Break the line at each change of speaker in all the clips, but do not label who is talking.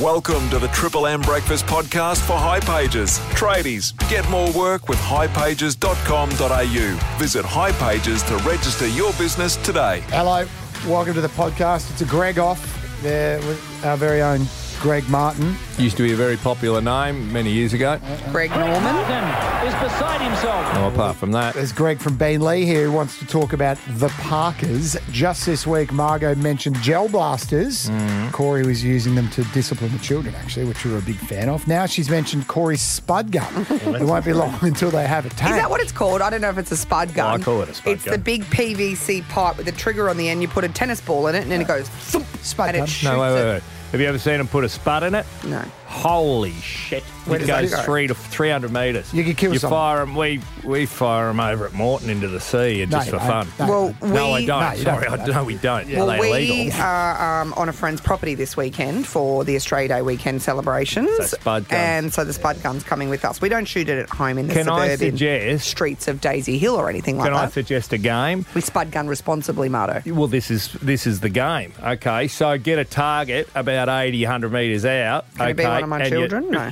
Welcome to the Triple M Breakfast Podcast for High Pages. Tradies, get more work with highpages.com.au. Visit High Pages to register your business today.
Hello, welcome to the podcast. It's a Greg off there with our very own Greg Martin.
Used to be a very popular name many years ago.
Greg Norman.
Hamilton is beside himself.
Well, apart from that,
There's Greg from Bean Lee here who wants to talk about the Parkers. Just this week, Margot mentioned gel blasters. Corey was using them to discipline the children, actually, which we were a big fan of. Now she's mentioned Corey's spud gun. it won't be long until they have a tank.
Is that what it's called? I don't know if it's a spud
Oh,
gun.
I call it a spud
It's
gun.
the big PVC pipe with a trigger on the end. You put a tennis ball in it, and then it goes thump,
Spud
and
gun.
it shoots
no, wait, wait,
it.
wait.
Have you ever seen him put a spud in it?
No.
Holy shit!
Where
it
does that
goes
go?
three to three hundred meters.
You could kill
You
someone.
fire him. We we fire them over at Morton into the sea, and
No,
just
you
for
don't.
fun.
No.
Well, we,
No, I don't.
No, you don't
Sorry,
do
I
that.
no, we don't.
Well,
They're
we
illegal.
are um, on a friend's property this weekend for the Australia Day weekend celebrations.
So spud guns.
And so the spud gun's coming with us. We don't shoot it at home in the
Can I
suburban
suggest-
streets of Daisy Hill or anything like
Can I
that.
suggest a game?
we spud gun responsibly, Marto.
Well, this is this is the game. Okay, so get a target about 80, 100 metres out.
Can
okay,
it be one of my
and you-
children? No.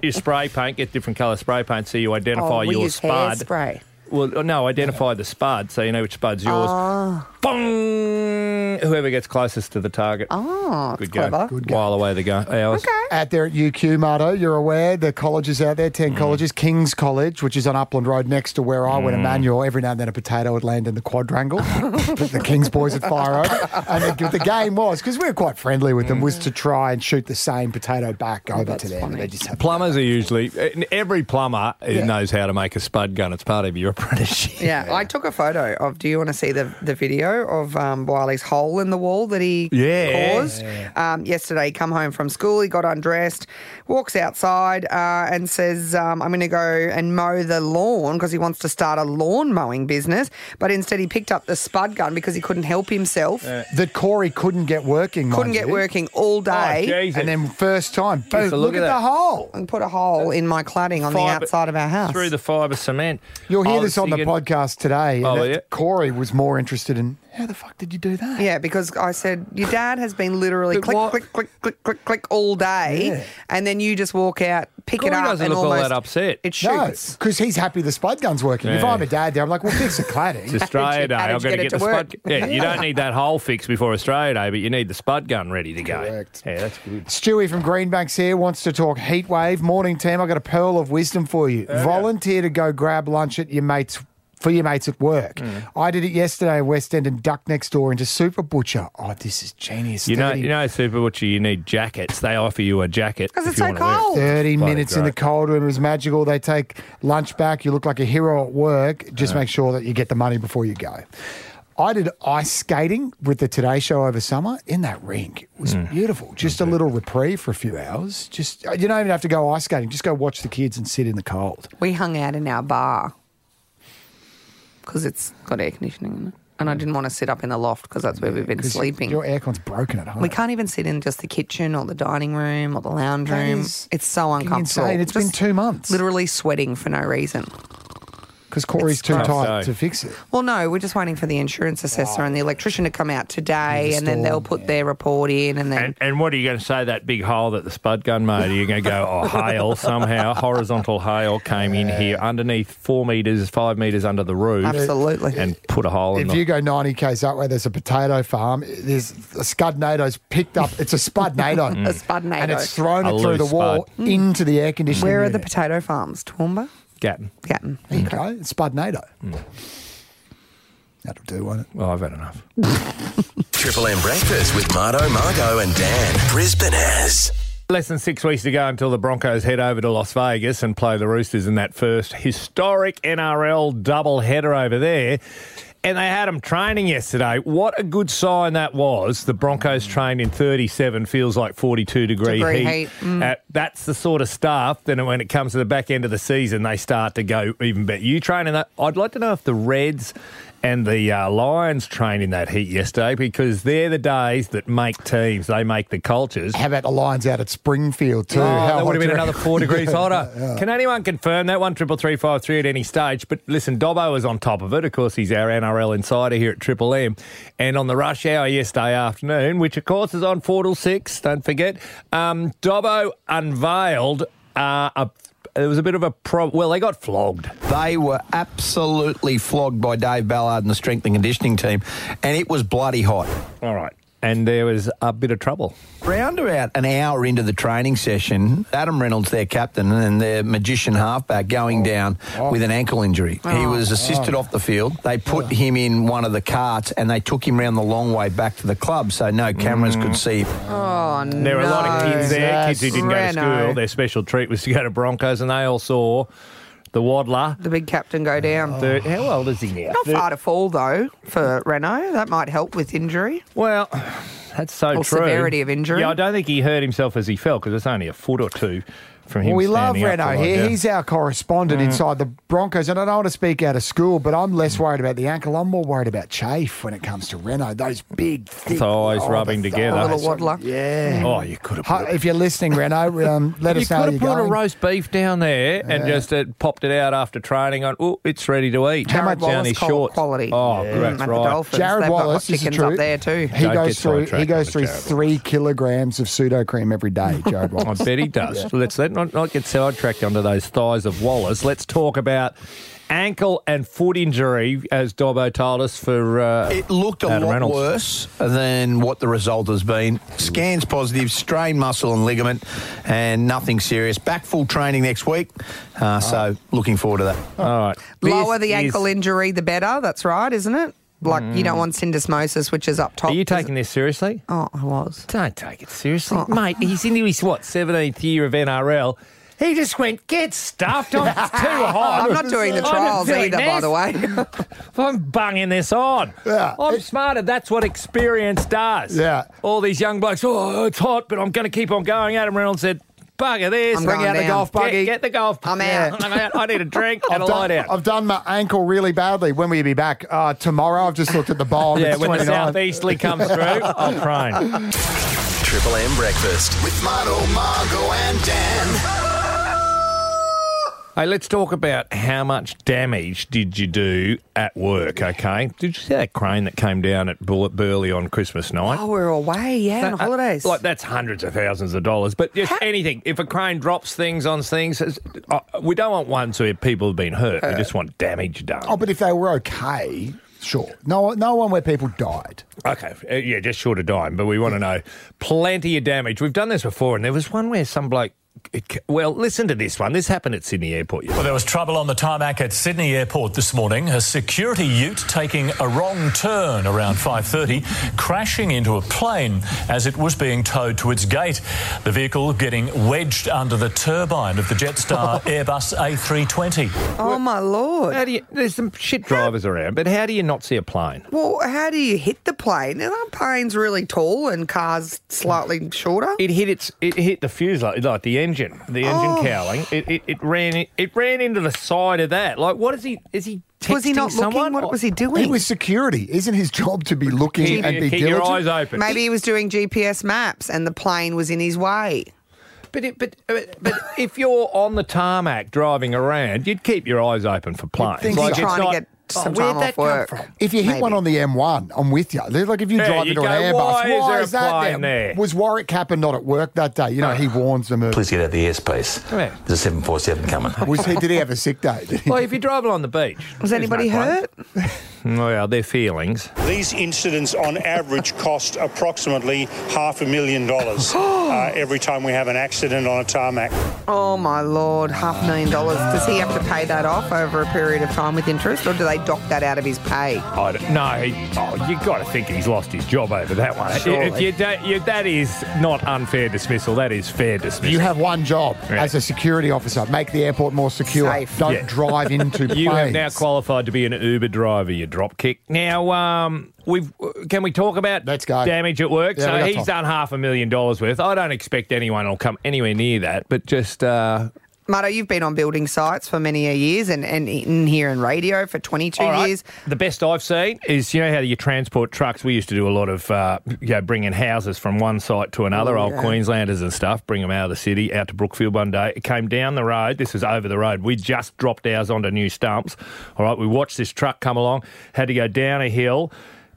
you spray paint, get different colour spray paint so you identify
Oh, we
your
use
spud.
hairspray.
Well, oh, no, identify the spud so you know which spud's yours.
Ah.
Bong! Whoever gets closest to the target.
Oh, it's
Good game.
clever.
While away the go- hours.
Okay.
out there at UQ, Marto. You're aware the colleges out there,
Mm.
10 colleges. King's College, which is on Upland Road next to where I
Mm.
went, Emmanuel. Every now and then a potato would land in the quadrangle. but the King's boys would fire over. And the, the game was, because we were quite friendly with them,
Mm.
was to try and shoot the same potato back
Oh,
over to them. And they just had
plumbers are usually and every plumber
Yeah.
knows how to make a spud gun. It's part of your apprenticeship.
Yeah, I took a photo of. Do you want to see the, the video of um, Wiley's hole in the wall that he
Yeah.
caused Um, yesterday? He come home from school, he got undressed, walks outside, uh, and says, um, "I'm going to go and mow the lawn because he wants to start a lawn mowing business." But instead, he picked up the spud gun because he couldn't help himself,
That Corey couldn't get working.
couldn't
mind
get
you.
working all day.
Oh, Jesus.
And then first time, boom,
a
look,
look
at
at
the
that.
hole.
and put a hole in my cladding on
Fibre-
the outside of our house.
Through the fibre cement. Oh,
You'll
I
hear
was
this on the
thinking-
podcast today. and
Oh,
it-
yeah.
Corey was more interested in how the fuck did you do that?
Yeah, because I said your dad has been literally click,
what-
click, click, click, click, click all day, and then you just walk out, pick it
Corey
up,
doesn't
and
look all
almost
that upset.
It
No,
shoots.
because he's happy the spud gun's working. If
Yeah.
I'm a dad there, I'm like, well, fix the cladding.
It's Australia Day.
how did
I've got
you
to
get it
get
to
the spud.
work?
Yeah, you don't need that hole fixed before Australia Day, but you need the spud gun ready to go.
Correct.
Yeah, that's good.
Stewie from Greenbanks here wants to talk heat wave. Morning, team. I got a pearl of wisdom for you. Volunteer to go grab lunch at your mates for your mates at work. I did it yesterday in West End and ducked next door into Super Butcher. Oh, this is genius.
You know,
30
you know, Super Butcher, you need jackets. They offer you a jacket
Because
if
it's
you
so
want to wear it.
cold.
30
Bloody
minutes in the
great.
cold room is magical. They take lunch back. You look like a hero at work. Just make sure that you get the money before you go. I did ice skating with the Today Show over summer in that rink. It was
Mm.
beautiful. Just a little reprieve for a few hours. Just you don't even have to go ice skating. Just go watch the kids and sit in the cold.
We hung out in our bar because it's got air conditioning in it, and I didn't want to sit up in the loft because that's where we've been
'Cause
sleeping.
Your aircon's broken at home.
we can't even sit in just the kitchen or the dining room or the lounge
That
room.
is
It's so
fucking
uncomfortable.
insane. It's been
Just
two months.
Literally sweating for no reason.
because Corey's too
tough
tight
day.
to fix it.
Well, no, we're just waiting for the insurance assessor and the electrician to come out today,
The
and then they'll
storm,
put
yeah.
their report in, and then
And, and what are you going to say? That big hole that the spud gun made? Are you going to go, oh, hail somehow? Horizontal hail came in here underneath four metres, five metres under the roof.
Absolutely.
And put a hole in
If
the
you go 90 k's that way, there's a potato farm. There's a Scud NATO's picked up. It's a Spud NATO.
A Spud
And
NATO.
it's thrown
A
it through the
loose
wall into the air conditioning.
Where are the
unit.
potato farms? Toowoomba?
gap.
Gatton.
There you go. It's Spud NATO.
Mm.
That'll do, won't it?
Well, I've had enough.
Triple M Breakfast with Marto, Margo, and Dan. Brisbane has.
Less than six weeks to go until the Broncos head over to Las Vegas and play the Roosters in that first historic NRL doubleheader over there. And they had them training yesterday. What a good sign that was. The Broncos trained in 37, feels like 42 degree,
Degree
heat.
heat, mm.
Uh, that's the sort of stuff. Then when it comes to the back end of the season, they start to go even better. You training that? I'd like to know if the Reds And the uh, Lions trained in that heat yesterday because they're the days that make teams. They make the cultures.
How about the Lions out at Springfield too?
Oh,
How
that would
hot
have been
do you
another four
reckon?
degrees hotter. Can anyone confirm that one triple three five three at any stage? But listen, Dobbo was on top of it. Of course, he's our NRL insider here at Triple M, and on the rush hour yesterday afternoon, which of course is on four till six. Don't forget, um, Dobbo unveiled uh, a. It was a bit of a pro. Well, they got flogged.
They were absolutely flogged by Dave Ballard and the strength and conditioning team, and it was bloody hot.
All right, and there was a bit of trouble.
Round about an hour into the training session, Adam Reynolds, their captain, and their magician halfback going down with an ankle injury. He was assisted off the field. They put him in one of the carts and they took him round the long way back to the club so no cameras could see.
Oh, no.
There were a lot of kids there,
Yes.
kids who didn't go to
Reno.
school. Their special treat was to go to Broncos, and they all saw the waddler.
The big captain go down.
Thir- How old is he now?
Not
Thir-
far to fall, though, for Renault. That might help with injury.
Well, that's so
Or
true.
severity of injury.
Yeah, I don't think he hurt himself as he fell because it's only a foot or two from him.
Well, we love
standing
Reno
upright,
here.
yeah.
He's our correspondent
Mm.
inside the Broncos, and I don't want to speak out of school, but I'm less worried about the ankle. I'm more worried about chafe when it comes to Reno. Those big, thick
Thighs
oh, the
rubbing together.
A
thighs.
little waddler.
Yeah.
Oh, you could have.
Hi-
Put,
If you're listening, Reno, um, let
you
us know. how
could have
you're
put a
going.
roast beef down there and just uh, popped it out after training. On oh, it's ready to eat.
Jared
down
Wallace
his
called
shorts?
quality.
Oh,
Mm,
that's
at the
right.
Dolphins.
Jared
They've got hot
Wallace is the
chickens
truth.
up there too.
He
Don't
goes
get
through. He
sidetracked
goes
with
through
Jared
three kilograms of pseudo cream every day. Jared
I
Wallace.
bet he does. Let's let not, not get sidetracked onto those thighs of Wallace. Let's talk about ankle and foot injury, as Dobbo told us for. Uh,
It looked a
Adam
lot
Reynolds.
worse than what the result has been. Scans positive, strained muscle and ligament, and nothing serious. Back full training next week,
Ah.
uh, so looking forward to that.
all right.
Lower
This
the ankle
is- Mm.
injury, the better. That's right, isn't it? Like you don't want syndesmosis, which is up top.
Are you
is it?
taking this seriously?
Oh, I was.
Don't take it seriously,
Oh.
mate. He's into his what seventeenth year of NRL. He just went get stuffed. I'm it's too hot.
I'm not doing the
I'm not
trials
doing
either, by
this.
the way.
I'm bunging this on.
Yeah.
I'm
It-
smarter. That's what experience does.
Yeah.
All these young blokes. Oh, it's hot, but I'm going to keep on going. Adam Reynolds said. Bugger this.
I'm
Bring
going
out the
down.
golf buggy.
Get-
Get, the golf.
I'm out.
I'm out. I need a drink and a lie
done,
down.
I've done my ankle really badly. When will you be back? Uh, tomorrow. I've just looked at the bomb.
yeah,
it's
when the
29.
southeasterly comes through, I'll train.
Triple M Breakfast with Marto, Margo, and Dan.
Hey, let's talk about how much damage did you do at work, okay? Did you see that crane that came down at Bull- Burley on Christmas night?
oh, we're away, yeah, on
That- uh,
holidays.
Like, that's hundreds of thousands of dollars. But just anything, if a crane drops things on things, it's- uh, we don't want ones where people have been hurt.
Uh,
We just want damage done.
Oh, but if they were okay, sure. No, no one where people died.
Okay, uh, yeah, just short of dime, but we want to know plenty of damage. We've done this before, and there was one where some bloke. It, ca- well, listen to this one. This happened at Sydney Airport.
Well, there was trouble on the tarmac at Sydney Airport this morning. A security ute taking a wrong turn around 5:30, crashing into a plane as it was being towed to its gate. The vehicle getting wedged under the turbine of the Jetstar Airbus A320.
oh my lord.
How do you, there's some shit drivers around, but how do you not see a plane?
Well, how do you hit the plane? And aren't planes really tall and cars slightly shorter?
It hit its, it hit the fuselage, like the engine, the engine
Oh.
cowling. It, it, it ran, it ran into the side of that. Like, what is he? Is he? Texting
Was he not looking?
someone? Oh,
What was he doing?
It was security. Isn't his job to be looking
Keep,
and be
keep your
diligent?
eyes open.
Maybe he was doing GPS maps and the plane was in his way.
But it, but but but if you're on the tarmac driving around, you'd keep your eyes open for planes.
think
He's
Like, it's
trying to get some
Oh, where'd
time
that
off
come
work.
from?
If you hit
Maybe.
one on the M1, I'm with you. They're Like if you
Yeah,
drive
you
into an
go,
Airbus,
"Why is there a
that
plane there?"
Was Warwick Capper not at work that day? You know, he warns them. Of,
Please get out of the airspace.
Right.
There's a 747 coming.
was he? Did he have a sick day? Did he?
Well, if you're driving on the beach,
Was
there's
anybody
no plane.
hurt?
Well, their feelings.
These incidents on average cost approximately half a million dollars uh, every time we have an accident on a tarmac.
Oh my lord, half a million dollars. Does he have to pay that off over a period of time with interest or do they dock that out of his pay?
I don't, no, he, oh, you got to think he's lost his job over that one. If
Surely.
you don't, you, that is not unfair dismissal. That is fair dismissal.
You have one job
Yeah.
as a security officer: make the airport more secure.
Safe.
Don't
Yeah.
drive into planes.
You have now qualified to be an Uber driver. You dropkick. Now, um, we've can we talk about
Let's go.
damage at work?
Yeah, we
so
got
he's
time.
done half a million dollars worth. I don't expect anyone will come anywhere near that, but just uh,
Marto, you've been on building sites for many a years and, and in here in radio for 22
All right.
years.
The best I've seen is you know how you transport trucks. We used to do a lot of uh, you know bringing houses from one site to another, old
yeah.
Queenslanders and stuff. Bring them out of the city, out to Brookfield one day. It came down the road. This is over the road. We just dropped ours onto new stumps. All right, we watched this truck come along. Had to go down a hill.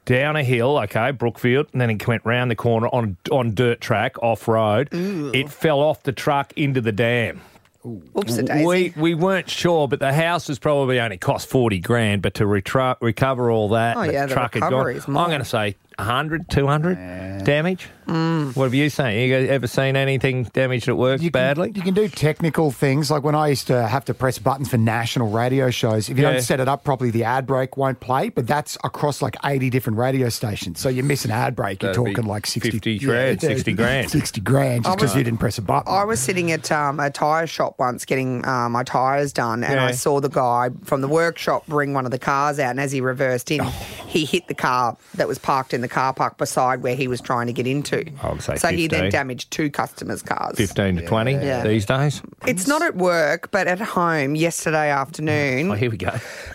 Down a hill, okay, Brookfield, and then it went round the corner on on dirt track, off road. It fell off the truck into the dam.
Oops,
We we weren't sure, but the house was probably only cost forty grand. But to retra- recover all that,
Oh,
the
yeah, the
truck had gone.
recovery's
I'm
more.
going to say 100, 200 damage. What have you seen? You guys ever seen anything damaged at work badly?
You can do technical things like when I used to have to press buttons for national radio shows. If you
Yeah.
don't set it up properly, the ad break won't play. But that's across like eighty different radio stations. So you miss an ad break, you're
That'd be
talking like sixty
50 grand, 60 grand.
sixty grand, just
I
because
was-
you didn't press a button.
I was sitting at um, a tyre shop once getting uh, my tyres done, and I
Yeah.
saw the guy from the workshop bring one of the cars out. And as he reversed
Oh.
in, he hit the car that was parked in the car park beside where he was trying to get into.
I would say
so he then
15.
damaged two customers' cars.
Fifteen to twenty
Yeah.
these days.
It's not at work, but at home yesterday afternoon.
Oh, here we go.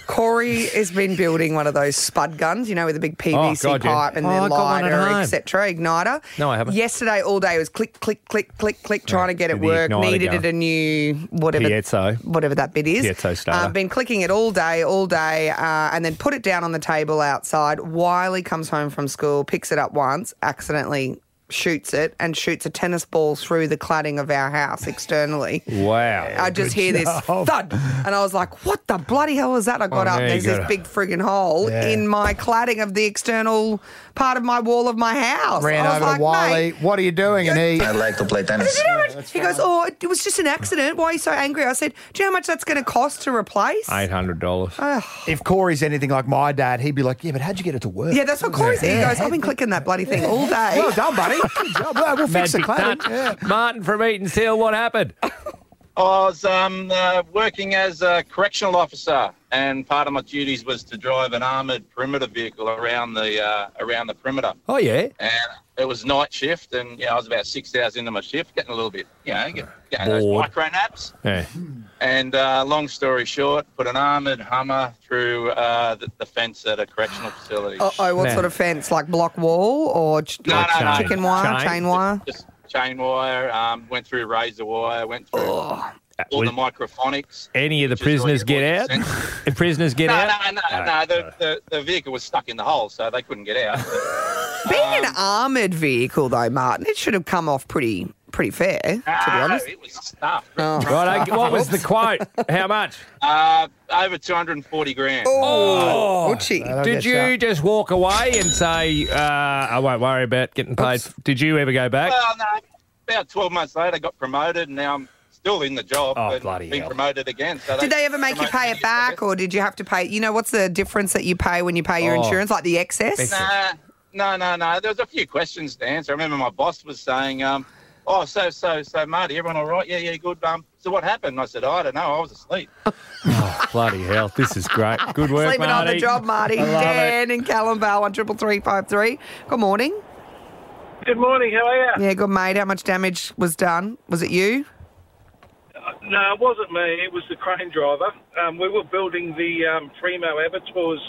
Corey has been building one of those spud guns, you know, with a big PVC
God, yeah.
pipe and
Oh,
the
I got one at
lighter,
home.
etc. Igniter.
No, I haven't.
Yesterday, all day it was click, click, click, click, click, trying to get it
the
work.
igniter
Needed
going.
it a new whatever,
Piezo.
whatever that bit is.
Piezo starter.
Um, been clicking it all day, all day, uh, and then put it down on the table outside. Wiley comes home from school, picks it up once, accidentally. Shoots it and shoots a tennis ball through the cladding of our house externally.
Wow.
I just hear this thud, and I was like, "What the bloody hell is that?" I got
Oh,
up.
there you
There's this
go.
big frigging hole in my cladding of the external part of my wall of my house.
Ran
I was
over
like,
to Wiley.
"Mate,
What are you doing? And he.
like to play
did
tennis.
you know how much-" He goes, "Oh, it was just an accident. Why are you so angry?" I said, "Do you know how much that's going to cost to replace?"
Eight hundred dollars.
If Corey's anything like my dad, he'd be like, "Yeah, but how'd you get it to work?"
yeah, that's what Corey said. He goes, "I've been clicking that bloody thing all day."
Well done, buddy. Good job. Well, we'll fix the cladding. Yeah.
Martin from Eaton Seal, what happened?
I was um, uh, working as a correctional officer, and part of my duties was to drive an armoured perimeter vehicle around the uh, around the perimeter.
Oh yeah.
And it was night shift, and yeah, I was about six hours into my shift, getting a little bit, you know, get, getting those
Bored.
micro naps.
Yeah.
And uh, long story short, put an armoured Hummer through uh, the, the fence at a correctional facility.
Uh oh, what
Nah.
sort of fence? Like block wall or ch-
No,
like
no, no.
chicken wire,
Chain.
chain, wire?
Just chain wire, um, went through razor wire, went through all the microphonics.
Any of the
Just like
prisoners
it
get out?
was.
The prisoners get
No,
out?
no, no, no. The, the, the vehicle was stuck in the hole, so they couldn't get out.
Being an armoured vehicle, though, Martin, it should have come off pretty pretty fair, to be
Ah,
honest.
it was stuffed.
Right, okay, what was the quote? How much?
Uh, over 240 grand.
Oh, ouchie.
Did you just walk away and say, uh, I won't worry about getting paid? Did you ever go back?
Oh,
Well, no, about 12 months later, I got promoted, and now I'm still in the job.
Oh,
but
bloody
Been
hell.
promoted again. So
Did they ever make you pay it back, or did you have to pay? You know, what's the difference that you pay when you pay your
Oh.
insurance, like the excess?
Nah, no, no, no. There was a few questions to answer. I remember my boss was saying, um, oh, so, so, so, Marty, everyone all right? Yeah, yeah, good. Um, so what happened? I said, I don't know. I was asleep.
Bloody hell, this is great. Good work,
Sleeping
Marty.
on the job, Marty.
I love
Dan in Callumvale, one triple three five three. Good morning.
Good morning. How are you?
Yeah, good mate. How much damage was done? Was it you?
No, it wasn't me. It was the crane driver. Um, we were building the um, Fremo abattoirs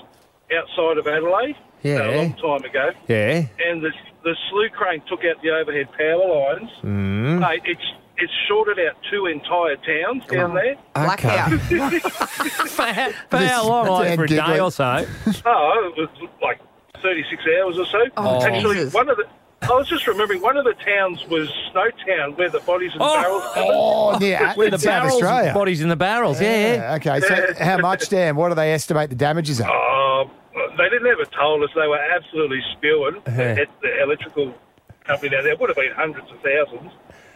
outside of Adelaide
Yeah.
a long time ago,
Yeah.
and the the slew crane took out the overhead power lines.
Mm.
Mate, it's it's shorted out two entire towns down there.
Blackout.
for how, for how long? Like
Dan
for a day
Digley.
or so?
Oh, it was like 36 hours or so.
Oh,
Actually,
Jesus.
one of the. I was just remembering one of the towns was Snowtown, where the bodies and barrels.
Oh, yeah.
With the
South
barrels,
Australia.
bodies in the barrels, yeah.
Yeah, okay. So, how much, Dan? What do they estimate the damages are?
Um, they didn't ever told us they were absolutely spewing
Yeah.
at the electrical company down there. It would have been hundreds of thousands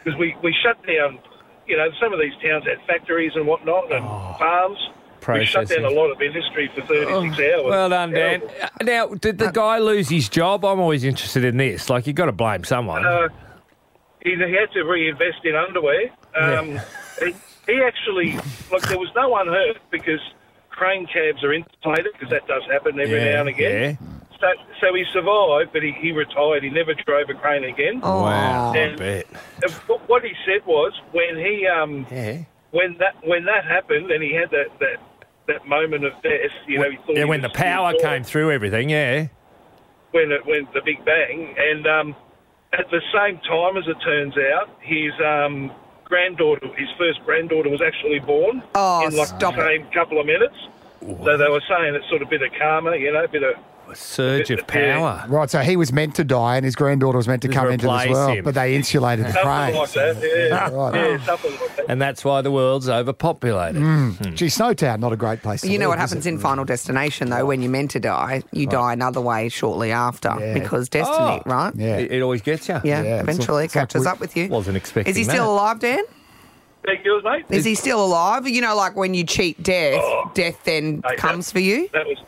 because we, we shut down, you know, some of these towns had factories and whatnot and farms. We shut down
Oh. processing. Oh.
a lot of industry for 36 hours.
Well done, Dan.
Terrible.
Uh, Now, did the guy lose his job? I'm always interested in this. Like, you've got to blame someone.
Uh, he he had to reinvest in underwear. Um, he, he actually, look, there was no one hurt because crane cabs are insulated because that does happen every
Yeah,
now and again.
yeah.
So, so he survived, but he, he retired. He never drove a crane again. Uh,
Oh.
Wow, I
And-
bet.
And wh- What he said was when he um,
Yeah.
when that when that happened, and he had that that, that moment of death, you know, he thought
Yeah,
he
when the
was-
power
he thought-
came through everything, yeah.
when it when the Big Bang, and um, at the same time as it turns out, his um, granddaughter, his first granddaughter, was actually born
Oh,
in like
stop
the same couple of minutes. So they were saying it's sort of bit of karma, you know, bit of
surge of
power.
Right, so he was meant to die, and his granddaughter was meant to
Just
come into this
replace
world,
him.
but they insulated the
something
crane.
like that. Yeah,
right.
yeah, something like that.
And that's why the world's overpopulated.
Mm. Gee, Snowtown, not a great place. To
You know
live,
what
is
happens
it?
in Final Destination, though, when you're meant to die, you die another way shortly after because destiny,
Oh.
right?
It, it always gets you.
Yeah, Yeah, it's eventually all- it's catches like we- up with you.
Wasn't expecting
Is he
that.
still alive, Dan?
Thank you, mate.
Is he still alive? You know, like when you cheat death, death then
Hey,
comes
that-
for you.
That was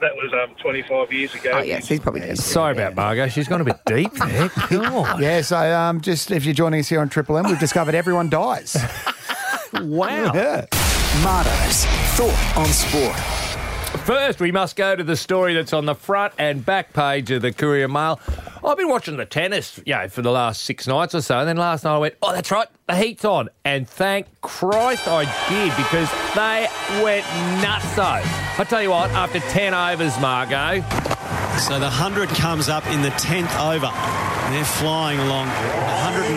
that was um, 25 years ago.
Oh yes, he's probably dead.
Sorry about Margot. She's gone a bit deep there. God.
Yeah, so um, just if you're joining us here on Triple M, we've discovered everyone dies.
Wow.
Yeah.
Mardo's thought on sport.
First, we must go to the story that's on the front and back page of the Courier Mail. I've been watching the tennis, you know, for the last six nights or so. And then last night I went, oh, that's right, the heat's on. And thank Christ I did because they went nutso. I tell you what, after 10 overs, Margot.
So the 100 comes up in the 10th over. They're flying along.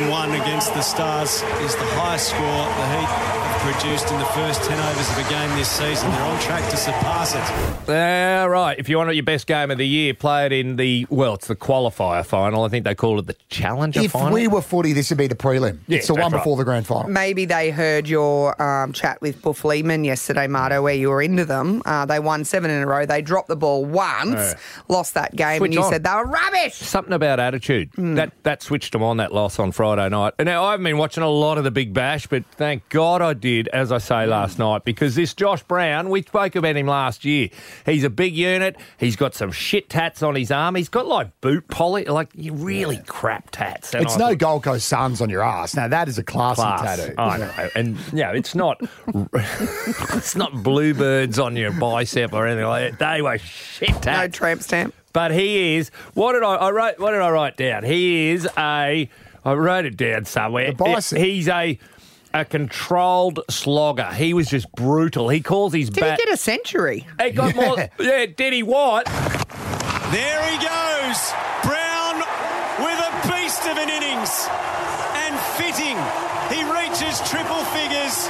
101 against the Stars is the highest score the Heat have produced in the first 10 overs of a game this season. They're on track to surpass it.
Yeah, Uh, right. If you want your best game of the year, play it in the well, it's the qualifier final. I think they call it the challenger
If
final.
we were footy, this would be the prelim.
Yeah,
it's the one
that's right.
before the grand final.
Maybe they heard your um, chat with Buff Lehman yesterday, Marto, where you were into them. Uh, they won seven in a row. They dropped the ball once,
Yeah.
lost that game,
Switch
and you
on.
said they were rubbish.
Something about attitude
Hmm.
that that switched them on that loss on Friday night. And now I've been watching a lot of the Big Bash, but thank God I did, as I say
Hmm.
last night, because this Josh Brown, we spoke about him last year. He's a big unit. He's got some shit tats on his arm. He's got like boot poly, like really crap tats. And
it's
I
no
thought,
Gold Coast Suns on your ass. Now that is a classy
class. Oh.
tattoo.
I know, and yeah, it's not it's not bluebirds on your bicep or anything like that. They were shit
No
tats.
tramp stamp.
But he is. What did I, I write? What did I write down? He is a. I wrote it down somewhere.
bison.
He's a. A controlled slogger. He was just brutal. He calls his
Did
bat.
he get a century?
He got more. Yeah, did he what?
There he goes. Brown with a beast of an innings. And fitting, he reaches triple figures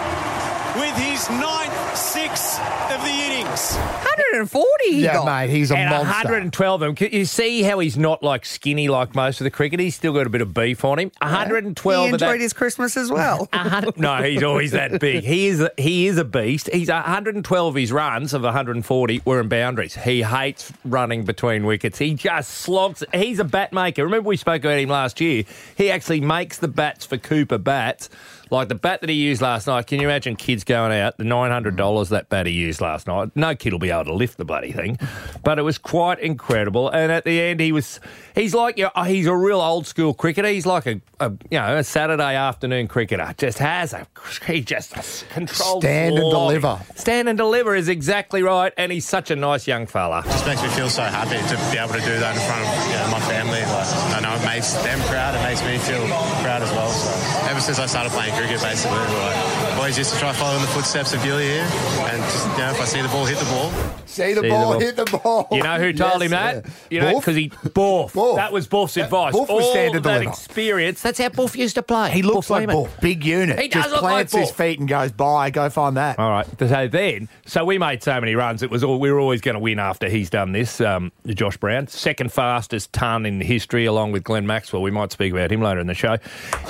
with his ninth six of the innings.
140 he
Yeah,
got.
mate, he's a
and
monster.
112 of them. Can You see how he's not like skinny like most of the cricket. He's still got a bit of beef on him. 112
He
of that- Ah.
enjoyed his Christmas as well.
A hundred- no, he's always that big. He is a, he is a beast. He's 112 of his runs of 140 were in boundaries. He hates running between wickets. He just slogs. He's a bat maker. Remember we spoke about him last year. He actually makes the bats for Cooper bats. Like the bat that he used last night. Can you imagine kids going out the nine hundred dollars that bat he used last night? No kid will be able to lift the bloody thing, but it was quite incredible. And at the end, he was he's like your he's a real old school cricketer. He's like a, a you know a Saturday afternoon cricketer. Just has a he just controls
Stand and
slog.
deliver.
Stand and deliver is exactly right. And he's such a nice young fella.
just makes me feel so happy to be able to do that in front of you know, my family. Like, I know it makes them proud. It makes me feel proud as well. So ever since I started playing cricket, basically, like, always used to try following the footsteps of Gilly here, and just you know, if I see the ball, hit the ball.
See the
See the
ball,
ball.
hit the ball.
You know who
Yes,
told him that?
yeah.
You know,
Borth?
because he Borth.
Borth.
That was Borth's advice.
Borth was
All
standard
that
deliver.
experience. That's how Borth used to play.
He looks
Borth
like
Lehmann.
ball. Big unit.
He does
Just
look like
plants his
Borth.
feet and goes by. Go find that.
All right. So then, so we made so many runs. It was all we were always going to win after he's done this. Um, Josh Brown, second fastest ton in history, along with Glenn Maxwell. We might speak about him later in the show.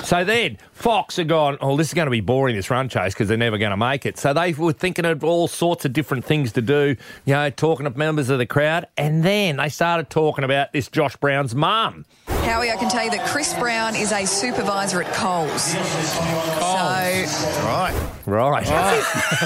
So then, Fox had gone. Oh, this is going to be boring. This run chase because they're never going to make it. So they were thinking of all sorts of different things to do. You know, talking to members of the crowd, and then they started talking about this Josh Brown's mum.
Howie, I can tell you that Chris Brown is a supervisor at Coles. So
Right. Right.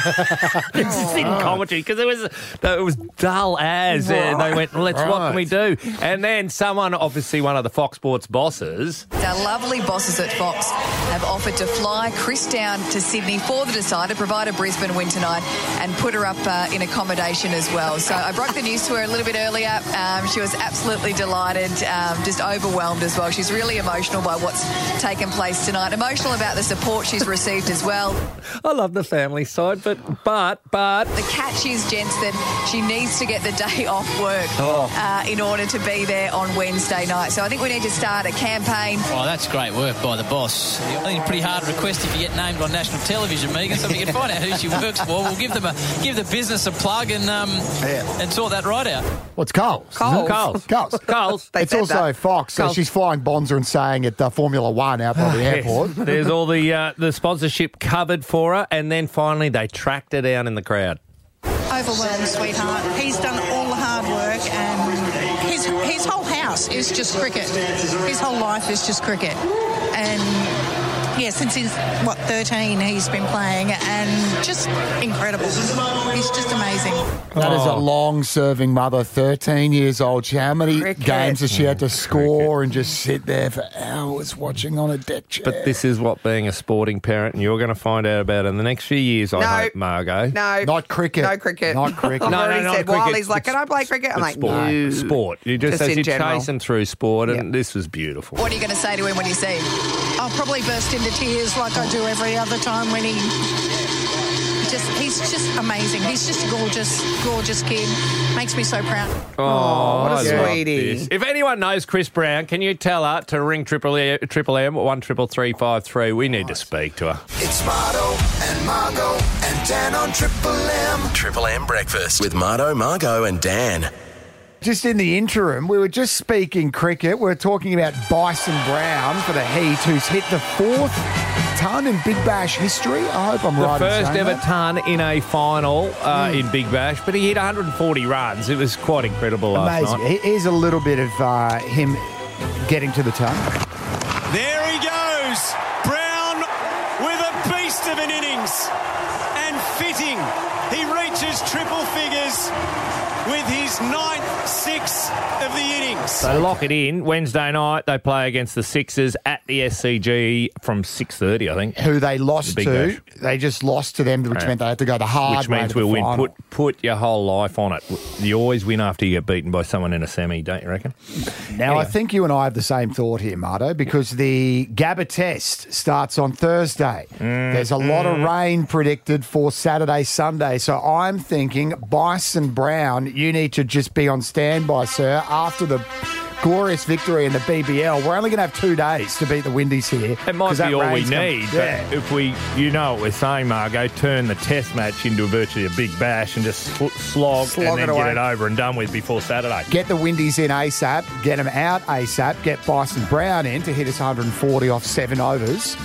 it's just in commentary because it was it was dull as eh, and they went, let's what can we do? And then someone, obviously one of the Fox Sports bosses,
the lovely bosses at Fox have offered to fly Chris down to Sydney for the decider, provide a Brisbane win tonight, and put her up uh, in accommodation as well. So I broke the news to her a little bit earlier. Um, she was absolutely delighted, um, just overwhelmed overwhelmed as well. She's really emotional by what's taken place tonight, emotional about the support she's received as well.
I love the family side, but but but
The catch is, gents, that she needs to get the day off work
Oh.
uh, in order to be there on Wednesday night. So I think we need to start a campaign.
Oh, that's great work by the boss. I think it's a pretty hard request if you get named on national television, Megan. So if you can find out who she works for, we'll give them a give the business a plug and um and sort that right out.
What's Coles?
Coles.
Coles. Coles.
Coles. They
It's
said
also
that.
Fox. So
Coles.
she's flying Bonza and saying at uh, Formula One out by the
Yes.
airport.
There's all the uh, the sponsorship covered for her, and then finally they tracked her down in the crowd.
Overwhelmed, sweetheart. He's done all the hard work, and his his whole house is just cricket. His whole life is just cricket, and. Yeah, since he's what 13, he's been playing, and just incredible. He's just amazing.
That is a
Oh.
long serving mother, 13 years old. She- How many games has she had
Mm.
to score and just sit there for hours watching on a deck chair?
But this is what being a sporting parent, and you're going to find out about in the next few years.
No.
I hope, Margot.
No.
Not cricket.
No cricket.
Not cricket.
I've
No, no,
already
not
said
cricket.
while he's like, can I play cricket? I'm
It's
like,
sport.
no.
Sport. You just,
Just
as
in
you
general.
chase them through sport, and this was beautiful.
What are you going to say to him when you see him?
I'll probably burst into tears like I do every other time when he just he's just amazing. He's just a gorgeous, gorgeous kid. Makes me so proud.
Oh,
what a
I love
sweetie.
this. If anyone knows Chris Brown, can you tell her to ring Triple M, Triple M one triple three five three? We need to speak to her.
It's Mardo and Margo and Dan on Triple M. Triple M Breakfast with Mardo, Margo and Dan.
Just in the interim, we were just speaking cricket. We were talking about Bison Brown for the Heat, who's hit the fourth ton in Big Bash history. I hope I'm
the
right. in
first
saying
ever
that.
ton in a final uh,
Hmm.
in Big Bash, but he hit 140 runs. It was quite incredible last
Amazing.
night.
Here- Here's a little bit of uh, him getting to the ton.
There he goes. Brown with a beast of an innings. And fitting, he reaches triple figures with his ninth six of the innings.
So lock it in. Wednesday night they play against the Sixers at the SCG from 6:30, I think.
Who they lost
The Big
to?
Bash.
They just lost to them, which
Yeah.
meant they had to go the hard
Which
way
means
to the
we'll win.
final.
Put put your whole life on it. You always win after you get beaten by someone in a semi, don't you reckon?
Now, I think you and I have the same thought here, Mardo, because the GABA test starts on Thursday.
Mm.
There's a lot of rain predicted for Saturday, Sunday. So I'm thinking, Bison Brown, you need to just be on standby, sir, after the glorious victory in the BBL. We're only going to have two days to beat the Windies here.
It might
'cause
be
that
all we
rain's gonna-
need,
Yeah.
but if we, you know what we're saying, Margot, turn the test match into virtually a big bash and just sl- slog,
Slog
and
it
then
away.
get it over and done with before Saturday.
Get the Windies in ASAP, get them out ASAP, get Bison Brown in to hit us 140 off seven overs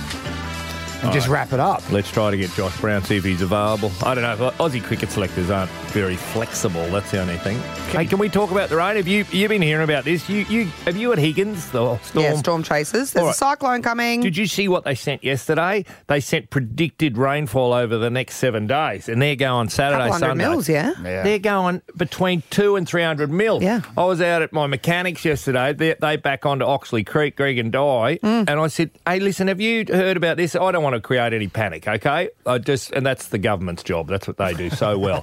and
All
just
right.
wrap it up.
Let's try to get Josh Brown, see if he's available. I don't know. if Aussie cricket selectors aren't very flexible. That's the only thing. Hey, can we talk about the rain? Have you you've been hearing about this? You you have you at Higgins the storm?
Yeah, storm chasers. There's
All
a
right.
cyclone coming.
Did you see what they sent yesterday? They sent predicted rainfall over the next seven days, and they're going Saturday,
Couple hundred
Sunday.
mils, yeah? Yeah.
they're going between two and three hundred mil. Yeah, I was out at my mechanics yesterday. They, they back onto Oxley Creek, Greg and Di, and
Mm.
I said, "Hey, listen, have you heard about this? I don't want to create any panic, okay? I just and that's the government's job. That's what they do so well.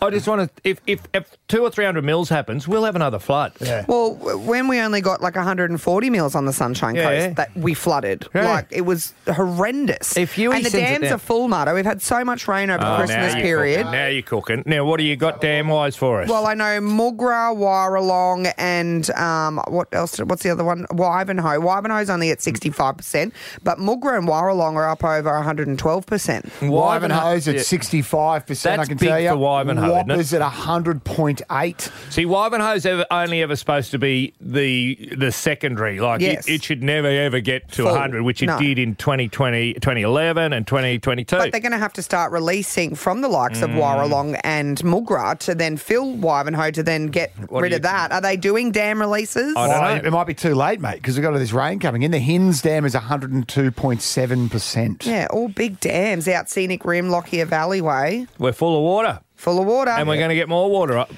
I just want to if if, if two or three hundred mils happens, we'll have another flood. Yeah.
Well, w- when we only got like 140 mils on the Sunshine
Yeah.
Coast, that we flooded.
Yeah.
Like it was horrendous. If
you
and the
sends it
dams
down-
are full, Marto. We've had so much rain over the
Oh,
Christmas
now you're
period.
Cooking. Now you're cooking. Now, what do you got damn wise for us?
Well, I know Mugra, Wiralong, and um, what else? What's the other one? Wivenhoe. Wivenhoe's only at 65%, but Mugra and Wiralong are up over 112%.
Wivenhoe's at sixty-five percent. I
That's
can
big
tell you.
for Wivenhoe, isn't it?
Whoppers at hundred point eight.
See, Wivenhoe's ever, only ever supposed to be the the secondary. Like,
Yes.
it, it should never, ever get to
Full.
100, which it
No.
did in 2020, 2011 and 2022.
But they're going to have to start releasing from the likes of
Mm.
Warralong and Mugra to then fill Wivenhoe to then get
What
rid
do
of
you-
that. Are they doing dam releases?
Well, It might be too late, mate, because we've got all this rain coming in. The Hinds Dam is hundred and two point seven percent.
Yeah, all big dams out Scenic Rim, Lockyer Valley Way.
We're full of water.
Full of water.
And we're
Yeah.
going to get more water up.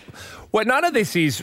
Well, none of this is.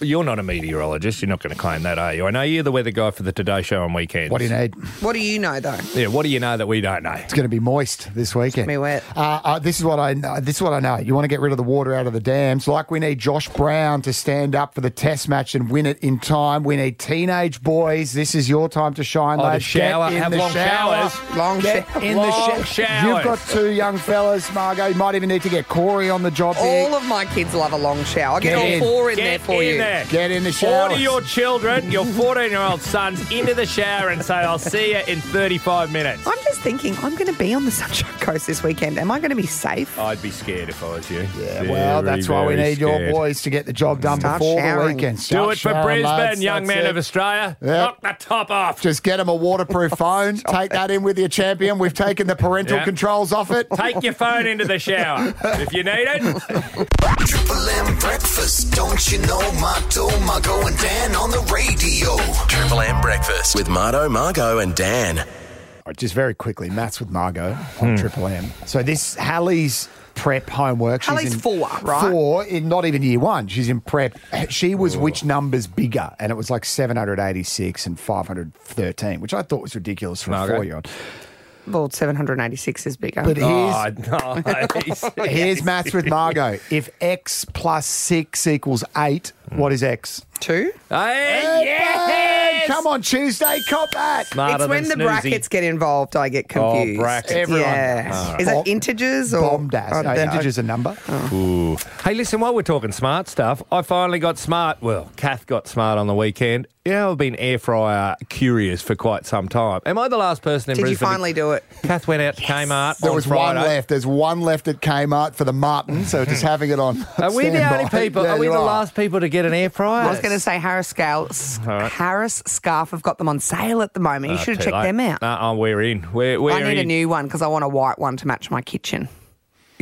you're not a meteorologist. You're not going to claim that, are you? I know you're the weather guy for the Today Show on weekends.
What do you need?
What do you know, though?
Yeah, what do you know that we don't know?
It's going to be moist this weekend.
Be wet.
Uh, uh, this is what I know. This is what I know. You want to get rid of the water out of the dams. Like we need Josh Brown to stand up for the Test match and win it in time. We need teenage boys. This is your time to shine.
Oh, the
lads. Get
shower.
in
Have
the
long
shower.
showers. Long
Get
sho-
in the
long
sho-
showers.
You've got two young fellas, Margot. You might even need to get Corey on the job. here.
All of my kids love a long shower. I'll get,
Get
all
in.
four in
Get
there for
in
you.
there. Get in the shower.
Order your children, your 14 year old sons, into the shower and say, I'll see you in 35 minutes.
I'm just thinking, I'm going to be on the Sunshine Coast this weekend. Am I going to be safe?
I'd be scared if I was you. Yeah,
Well, that's why we need your boys to get the job done
Start
before the
showering.
weekend.
Do
Start
it for
showering,
Brisbane,
lads.
young
That's
man
it.
of Australia. Knock the top off.
Just get them a waterproof phone. Take that in with your champion. We've taken the parental
Yeah.
controls off it.
Take your phone into the shower if you need it.
Triple M breakfast, don't you know? Marto, Margo, and Dan on the radio. Triple M breakfast with Marto, Margo, and Dan.
All right, just very quickly, Matt's with Margot on Triple M. So this Hallie's prep homework. She's
Hallie's
in
four, right?
Four, in not even year one. She's in prep. She was which numbers bigger, and it was like seven hundred eighty-six and five hundred thirteen, which I thought was ridiculous for
Margot.
a four-year-old.
Well, 786 is bigger.
But
Oh, here's,
Oh,
here's maths with Margot. If x plus six equals eight, what is x?
Two.
Hey, yes!
Come on, Tuesday, cop that.
it's when the brackets get involved, I get
Oh,
confused.
brackets. Everyone
Yeah.
does.
Is
Bom-
it integers or
bomb dash.
Oh,
No,
they-
integers are number.
Ooh. Hey, listen, while we're talking smart stuff, I finally got smart. Well, Kath got smart on the weekend. You know, I've been air fryer curious for quite some time. Am I the last person in
Did you
Brisbane?
finally do it?
Kath went out to Kmart.
There
on
was
Friday.
one left. There's one left at Kmart for the Martin, so just having it on.
Are we the only
standby.
people?
Yeah,
are we
you
the last people to get an air fryer?
I was going to say Harris Scarf.
All right.
Harris Scarf have got them on sale at the moment. You
Ah,
should have
too
checked
late.
them out.
Nah, oh, we're in. We're, we're
I need a
in.
new one because I want a white one to match my kitchen.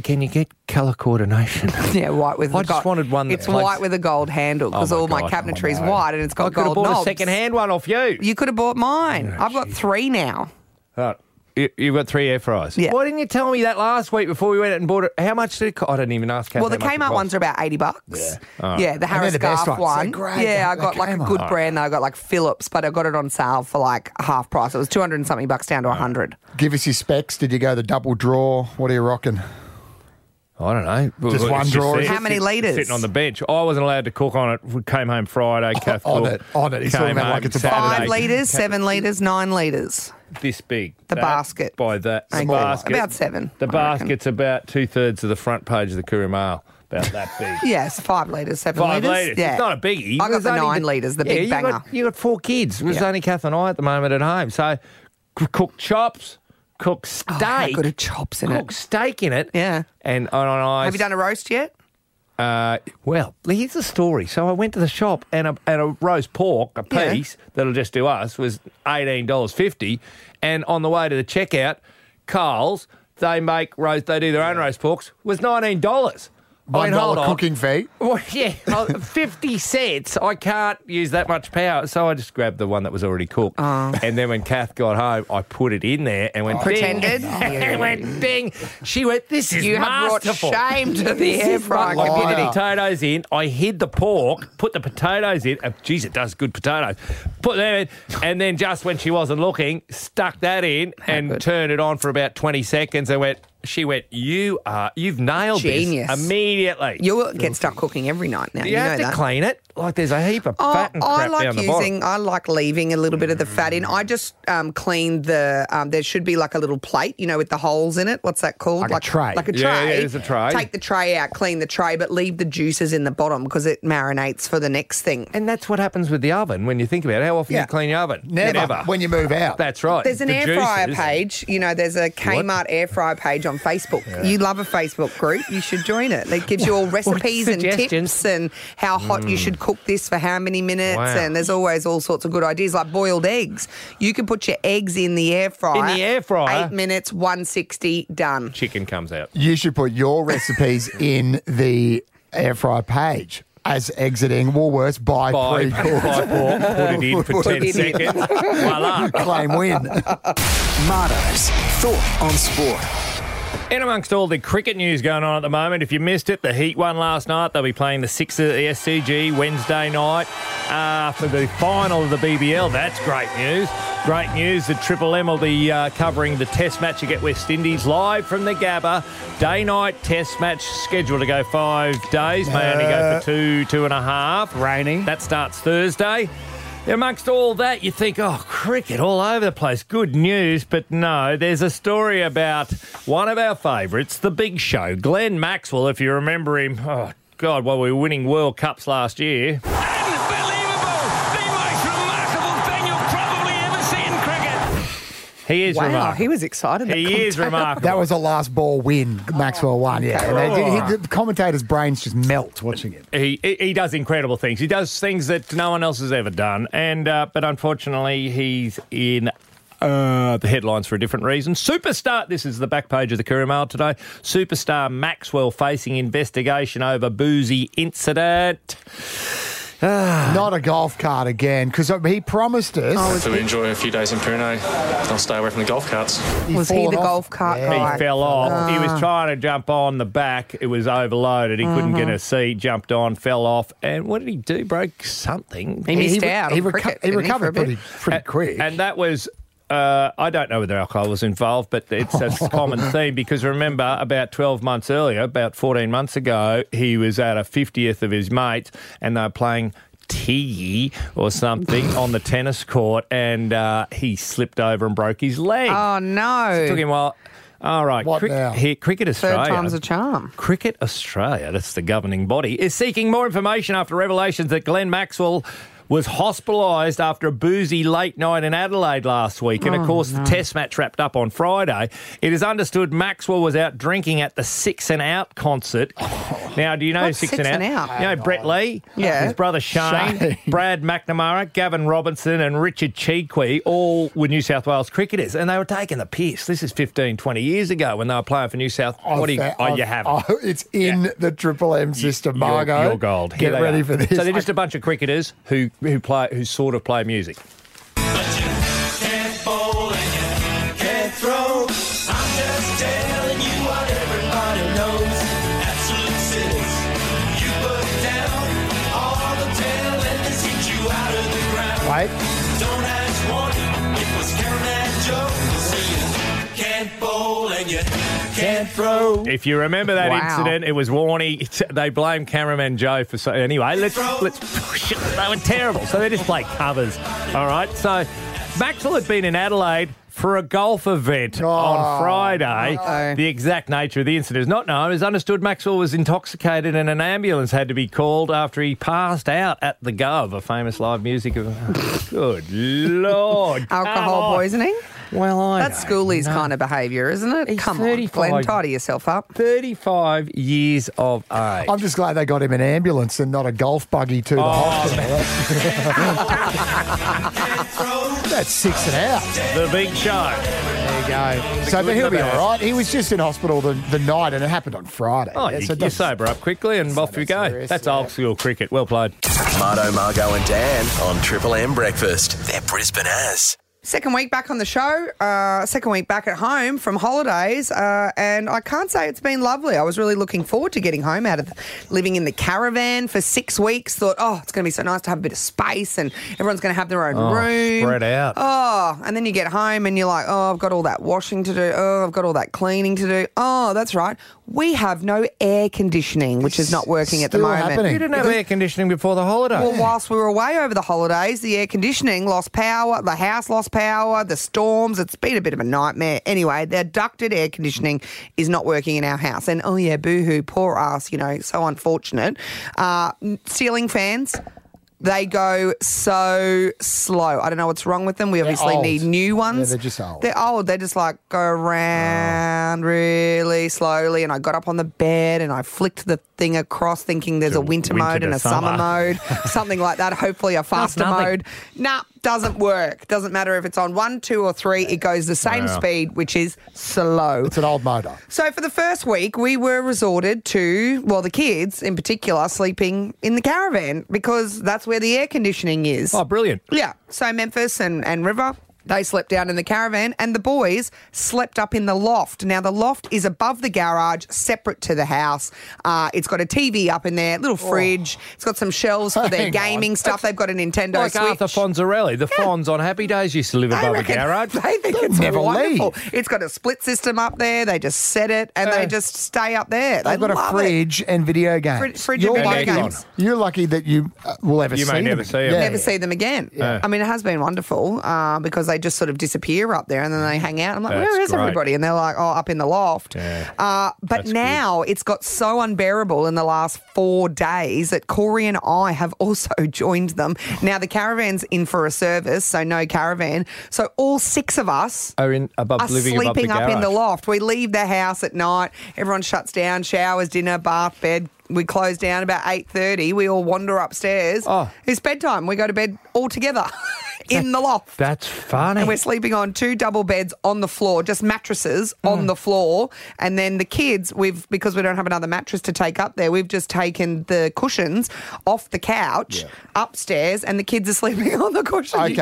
Can you get colour coordination?
Yeah, white with.
I
the
just
gold-
wanted one that
It's
plays-
white with a gold handle because
Oh my
all my
God,
cabinetry is
I know.
white and it's
I
got
could have
gold
bought
knobs.
a second-hand one off you.
You could have bought mine. I've got three now.
Oh, you, you've got three air fryers.
Yeah.
Why didn't you tell me that last week before we went out and bought it? How much did it cost? I didn't even ask. Kath
well, the
how much it
Kmart
cost.
ones are about eighty bucks.
All right.
Yeah,
And
the
they're
Harris
the best
Scarf
ones.
one.
They're great,
yeah,
the-
I
the
got like a
Kmart.
good
All right.
brand though. I got like Phillips, but I got it on sale for like half price. It was two hundred and something bucks down to hundred.
Give us your specs. Did you go the double draw? What are you rocking?
I don't know.
Just
It's
one drawer.
sitting-
How many
sitting-
litres?
Sitting on the bench. I wasn't allowed to cook on it. We came home Friday. Kath
on
cooked.
it, on it. He's talking
Came
about like
home
it's a
Saturday.
Five litres, seven litres, nine litres.
This big.
The
That
basket.
By that. The
Okay.
basket.
About seven,
The
I reckon.
basket's about two thirds of the front page of the Courier Mail. About that big.
Yes, five litres, seven
Five
litres.
litres. It's not a biggie.
I got
There's
the
only
nine
the-
litres, the
Yeah,
big
you got-
banger.
you got four kids. It was
Yeah.
only Kath and I at the moment at home. So c- cook chops, cook steak.
Oh, how good are chops in it?
Cook steak in it.
Yeah.
And on an ice.
Have you done a roast yet?
Uh, well, here's the story. So I went to the shop and a, and a roast pork, a
Yeah.
piece that'll just do us, was eighteen dollars fifty. And on the way to the checkout, Carl's they make roast, they do their own roast porks was nineteen dollars.
One dollar cooking fee.
Well, yeah, well, fifty cents. I can't use that much power, so I just grabbed the one that was already cooked.
Oh.
And then when Kath got home, I put it in there and went bing.
Pretended. Oh,
and went bing. She went, "This is
You have brought
masterful."
shame to the air fryer
I put the
community.
potatoes in. I hid the pork, put the potatoes in. Uh, geez, it does good potatoes. Put them in, and then just when she wasn't looking, stuck that in and turned it on for about twenty seconds. And went, she went, "You are, you've nailed
Genius.
this immediately."
You'll get stuck cooking every night now.
you,
You, know
have to
that.
clean it. Like there's a heap of
Oh,
fat and crap
I like
down the
using.
bottom.
I like leaving a little bit of the fat in. I just um, clean the. Um, there should be like a little plate, you know, with the holes in it. What's that called?
Like a tray.
Like a tray.
Yeah, yeah, there's a tray.
Take the tray out, clean the tray, but leave the juices in the bottom because it marinates for the next thing.
And that's what happens with the oven when you think about it. How often do
Yeah.
you clean your oven?
Never. When you move out.
That's right.
There's an
The
air fryer
juices.
page. You know, there's a Kmart air fryer page on Facebook. You love a Facebook group. You should join it. It gives you all recipes and tips and how hot you should cook this for how many minutes.
Hmm. Wow.
And there's always all sorts of good ideas, like boiled eggs. You can put your eggs in the air fryer.
In the air fryer?
Eight minutes, 160, done.
Chicken comes out.
You should put your recipes in the air fryer page as exiting Woolworths by pre
Buy, buy pork, put it in for
Put
10
it in.
seconds. Voila.
Claim win.
Marto's Thought on Sport.
And amongst all the cricket news going on at the moment, if you missed it, the Heat won last night. They'll be playing the Sixers at the SCG Wednesday night uh, for the final of the BBL. That's great news. Great news. The Triple M will be uh, covering the Test match against West Indies live from the Gabba. Day night Test match scheduled to go five days. May only go
Uh,
for two, two and a half. Rainy. That starts Thursday. Amongst all that, you think, oh, cricket all over the place. Good news, but no, there's a story about one of our favourites, The Big Show. Glenn Maxwell, if you remember him, oh, God, while we were winning World Cups last year. He is
wow,
remarkable.
he was excited. that
He is
commentator.
remarkable.
That was a last ball win. Maxwell won. Yeah,
Oh.
They did- he- the commentator's brains just melt watching it.
He, he he does incredible things. He does things that no one else has ever done, and uh, but unfortunately, he's in. Uh, the headlines for a different reason. Superstar, this is the back page of the Courier Mail today. Superstar Maxwell facing investigation over boozy incident.
Not a golf cart again because he promised us.
Oh,
so we enjoy a few days in Pune. I'll stay away from the golf carts.
Was he
fallen
the
off.
golf cart
He
guy?
fell off. He was
Ah.
trying to jump on the back. It was overloaded. He couldn't get a seat. Jumped on, fell off, and what did he do? Broke something.
He missed out on
reco-
cricket,
he
didn't he, for a
recovered
bit?
pretty, pretty quick.
And that was. Uh, I don't know whether alcohol was involved, but it's a common theme because remember, about 12 months earlier, about 14 months ago, he was at a 50th of his mates and they were playing tea or something on the tennis court and uh, he slipped over and broke his leg.
Oh no!
It took him a while. All right,
What
crick-
now?
here, Cricket Australia.
Third time's a charm.
Cricket Australia, that's the governing body, is seeking more information after revelations that Glenn Maxwell was hospitalised after a boozy late night in Adelaide last week. And
Oh,
of course,
no.
the test match wrapped up on Friday. It is understood Maxwell was out drinking at the Six and Out concert. Now, do you know
What's
Six,
Six
and,
and
Out?
Out?
You know Brett Lee,
Yeah.
his brother Shane,
Shane.
Brad McNamara, Gavin Robinson, and Richard Cheekwee all were New South Wales cricketers, and they were taking the piss. This is 15, 20 years ago when they were playing for New South.
I've
what do you,
fa-
oh, you
I've-
have?
oh, it's in the Triple M system, Margot.
Your gold. Here
Get
they
ready
are.
for this.
So they're just a bunch of cricketers who who play who sort of play music.
Can't bowl and you can't throw. I'm just telling you what everybody knows. Absolute sins. You put down all the talent hit you out of the ground.
Right.
Don't ask warning. It was count that joke. See, you can't bowl and you can't throw.
If you remember that
Wow.
incident, it was Warney. They blame cameraman Joe for so. Anyway, let's let's push it. They were terrible, so they just play covers. All right. So Maxwell had been in Adelaide for a golf event
Oh,
on Friday. The exact nature of the incident is not known. It is understood Maxwell was intoxicated and an ambulance had to be called after he passed out at the Gov, a famous live music event. Good lord!
Alcohol poisoning.
Well, I
that's schoolies kind of behaviour, isn't it? Come on,
35.
Glenn, tidy yourself up.
Thirty-five years of age.
I'm just glad they got him an ambulance and not a golf buggy to the
Oh,
hospital. That's six and out.
The big show.
There you go. So,
good
but he'll
and the
be
bad.
all right. He was just in hospital the, the night, and it happened on Friday.
Oh,
Yeah,
you,
so it
you
doesn't-
sober up quickly and off you go. That's old school cricket. Well played.
Marto, Margo, and Dan on Triple M Breakfast. They're Brisbane as.
Second week back on the show, uh, second week back at home from holidays, uh, and I can't say it's been lovely. I was really looking forward to getting home out of the, living in the caravan for six weeks. Thought, oh, it's going to be so nice to have a bit of space, and everyone's going to have their own
Oh,
room,
spread out.
Oh, and then you get home and you're like, oh, I've got all that washing to do. Oh, I've got all that cleaning to do. Oh, that's right, we have no air conditioning, which is not working at the
Still
moment.
happening. You didn't have air conditioning before the holiday.
Well, whilst we were away over the holidays, the air conditioning lost power, the house lost power, the storms. It's been a bit of a nightmare. Anyway, the ducted air conditioning is not working in our house. And oh, yeah, boo hoo, poor us, you know, so unfortunate. Uh, ceiling fans. They go so slow. I don't know what's wrong with them. We obviously
old.
need new ones.
Yeah, they're just old.
They're old. They just like go around really slowly. And I got up on the bed and I flicked the thing across, thinking there's a winter,
winter
mode
to
and a
summer.
summer mode, something like that. Hopefully, a faster
nothing.
mode. Nah, doesn't work. Doesn't matter if it's on one, two, or three. It goes the same
Yeah.
speed, which is slow. It's
an old motor.
So for the first week, we were resorted to, well, the kids in particular, sleeping in the caravan because that's where the air conditioning is.
Oh, brilliant.
Yeah. So Memphis and, and River They slept down in the caravan, and the boys slept up in the loft. Now, the loft is above the garage, separate to the house. Uh, it's got a TV up in there, little fridge. It's got some shelves for their
Oh. Hang
gaming
on.
stuff. They've got a Nintendo
like
Switch.
Arthur Fonzarelli. The Fonz on Happy Days used to live above a
reckon-
garage.
They think it's wonderful. It's got a split system up there. They just set it and they just stay up there. They
They've got a
love
fridge and video games.
Frid- fridge and
you're,
video
lucky,
games.
you're lucky that you uh, will ever
You
see
may
them.
never see 'em.
It.
Yeah.
Never see them again.
Yeah.
I mean, it has been wonderful uh, because they just sort of disappear up there and then they hang out. I'm like,
That's
where is
great.
everybody? And they're like, oh, up in the loft. Uh, but
That's
now it's got so unbearable in the last four days that Corey and I have also joined them. Now the caravan's in for a service, so no caravan. So all six of us
Are Oh, in above
are
living above
sleeping
the
up in the
garage.
loft. We leave the house at night. Everyone shuts down, showers, dinner, bath, bed. We close down about eight thirty. We all wander upstairs. It's bedtime. We go to bed all together in the loft.
That's funny.
And we're sleeping on two double beds on the floor, just mattresses on the floor. And then the kids, we've because we don't have another mattress to take up there, we've just taken the cushions off the couch upstairs, and the kids are sleeping on the cushions. on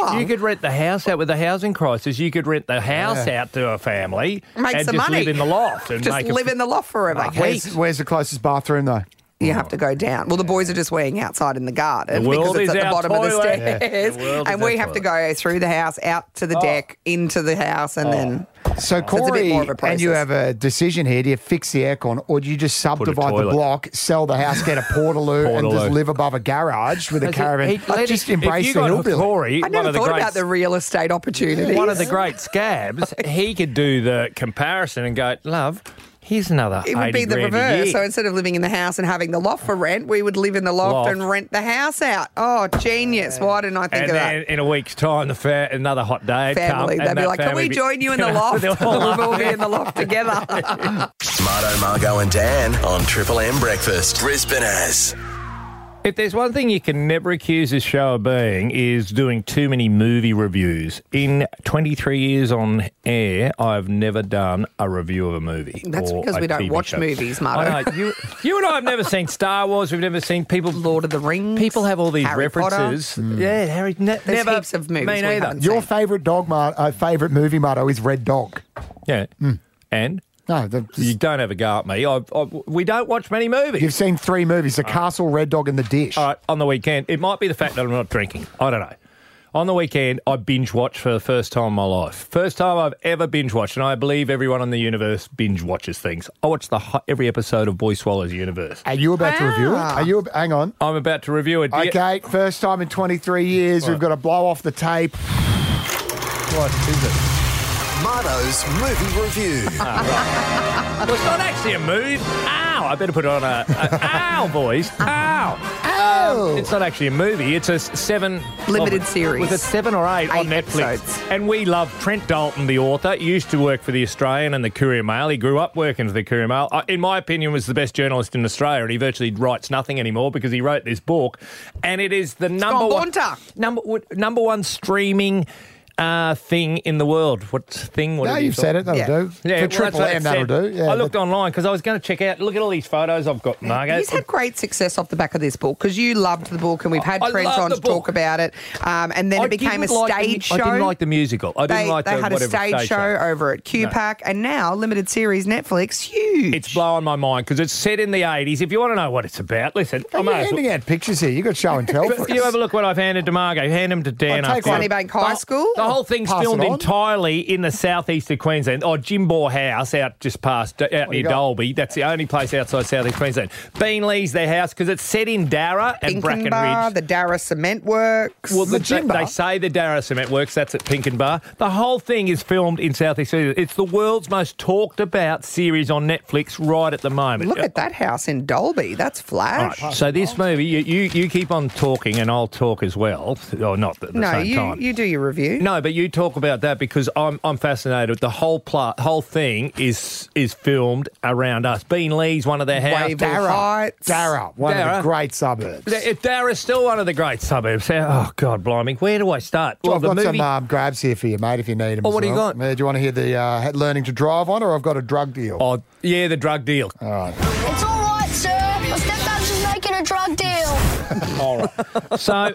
floor.
You could rent the house out with the housing crisis. You could rent the house
Yeah.
out to a family
Make
and
some
just
money.
live in the loft and
just
make
live
a,
in the loft forever.
Where's, where's the closest bathroom though?
You have to go down. Well, the boys are just weighing outside in the garden
The world
because it's
is
at the
our
bottom of the
toilet.
stairs,
Yeah, the world
and
is
we
our
have to go through the house, out to
Oh.
the deck, into the house, and then
So
it's a bit
Corey,
more of a
and you
process.
have a decision here. Do you fix the aircon, or do you just subdivide the
toilet.
block, sell the house, get a portaloo, and just
Portaloo.
live above a garage with a
Has it-
caravan?
he- let
just
it- if
embrace
you
the
got
hillbilly.
Corey,
I never
one of the
thought
greats-
about the real estate opportunities.
One of the great scabs, he could do the comparison and go, love, here's another.
It would
80
be the
grand a
reverse.
year."
So instead of living in the house and having the loft for rent, we would live in the loft,
Loft.
and rent the house out. Oh, genius! Why didn't I think
and
of
then
that?
in a week's time, the fa- another hot day would come.
Family,
and
they'd be
that
like, "Can
family
we
be-
join you in the loft?
They'll all
We'll
laugh.
all be in the loft together."
Marto, Margo, and Dan on Triple M Breakfast. Brisbane as.
If there's one thing you can never accuse this show of being is doing too many movie reviews. In 23 years on air, I've never done a review of a movie.
That's
or
because
a
we don't
TV
watch
show.
movies, Marto.
I know. You, you and I have never seen Star Wars. We've never seen people.
Lord of the Rings.
People have all these
Harry Potter.
references. Yeah, Harry. Ne-
There's
never.
heaps of movies
Me
we
neither.
haven't
Your favourite dog, Mar- uh, favourite movie motto is Red Dog.
Yeah. And
no,
you don't have a go at me. I, I, we don't watch many movies.
You've seen three movies: The
Uh,
Castle, Red Dog, and The Dish.
All right, on the weekend, it might be the fact that I'm not drinking. I don't know. On the weekend, I binge watched for the first time in my life. First time I've ever binge watched, and I believe everyone in the universe binge watches things. I watched the hi- every episode of Boy Swallows Universe.
Are you about to review it?
Ah.
Are you? Hang on.
I'm about to review it. Do you-
Okay, first time in 23 years, we've got to blow off the tape. What is it?
Marto's movie review.
Well, it's not actually a move. Ow! I better put on a, a ow voice. Ow! Ow! it's not actually a movie. It's a s- seven
Limited
was it-
series.
Was it seven or eight, on
Eight
Netflix?
episodes.
And we love Trent Dalton, the author. He used to work for the Australian and the Courier Mail. He grew up working for the Courier Mail. I- In my opinion, was the best journalist in Australia, and he virtually writes nothing anymore because he wrote this book, and it is the number
gone
one
bunter.
number one- number one streaming. Uh, thing in the world. What thing? Whatever
you've
thought.
said it, that'll
yeah.
do.
Yeah,
For
well,
Triple
that's what
M,
I said.
that'll do. Yeah,
I looked online because I was going to check out. Look at all these photos I've got, Margo.
He's had great success off the back of this book because you loved the book and we've had
I
friends
love
on
the
to talk about it. Um, and then
I
it became a
didn't like the mu-
stage
I
show.
didn't like the musical. I didn't
they,
like
they
the
had a
whatever
stage, show, over at
No.
QPAC and now limited series Netflix. Huge.
It's blowing my mind because it's set in the 80s. If you want to know what it's about, listen. I
Are you
may as well-
handing out pictures here? You've got show and tell.
But you have a look what I've handed to Margot. Hand them to Dan.
I'll take
after
one.
you.
Sunnybank High
The-
School.
The whole thing's
Pass it
filmed
on.
entirely in the southeast of Queensland. Oh, Jimbaugh House out just past, uh, out near
you got?
Dolby. That's the only place outside southeast Queensland. Beanley's their house because it's set in Darra and Brackenridge.
Pinkenba, the Darra Cement Works.
Well, the, they, they say the Darra Cement Works, that's at Pinkenbar. The whole thing is filmed in Southeast Asia. It's the world's most talked about series on Netflix right at the moment.
Look at that house in Dolby. That's flash.
All right, so this movie, you, you, you keep on talking and I'll talk as well, or not at the
no,
same
you,
time.
you do your review.
No, but you talk about that because I'm I'm fascinated. The whole plot, whole thing is is filmed around us. Bean Lee's one of their house.
Waverly Heights.
Darra, one of
Darra.
the great suburbs.
If Darra's still one of the great suburbs, oh god, blimey, where do I start?
I've got some
uh,
um, grabs here for you, mate, if you need them.
Oh, what do you got?
do you want to hear the uh, learning to drive on, or I've got a drug deal?
Oh, yeah, the drug deal.
All right.
It's all right, sir. My stepdad's just making a drug deal.
All right. So,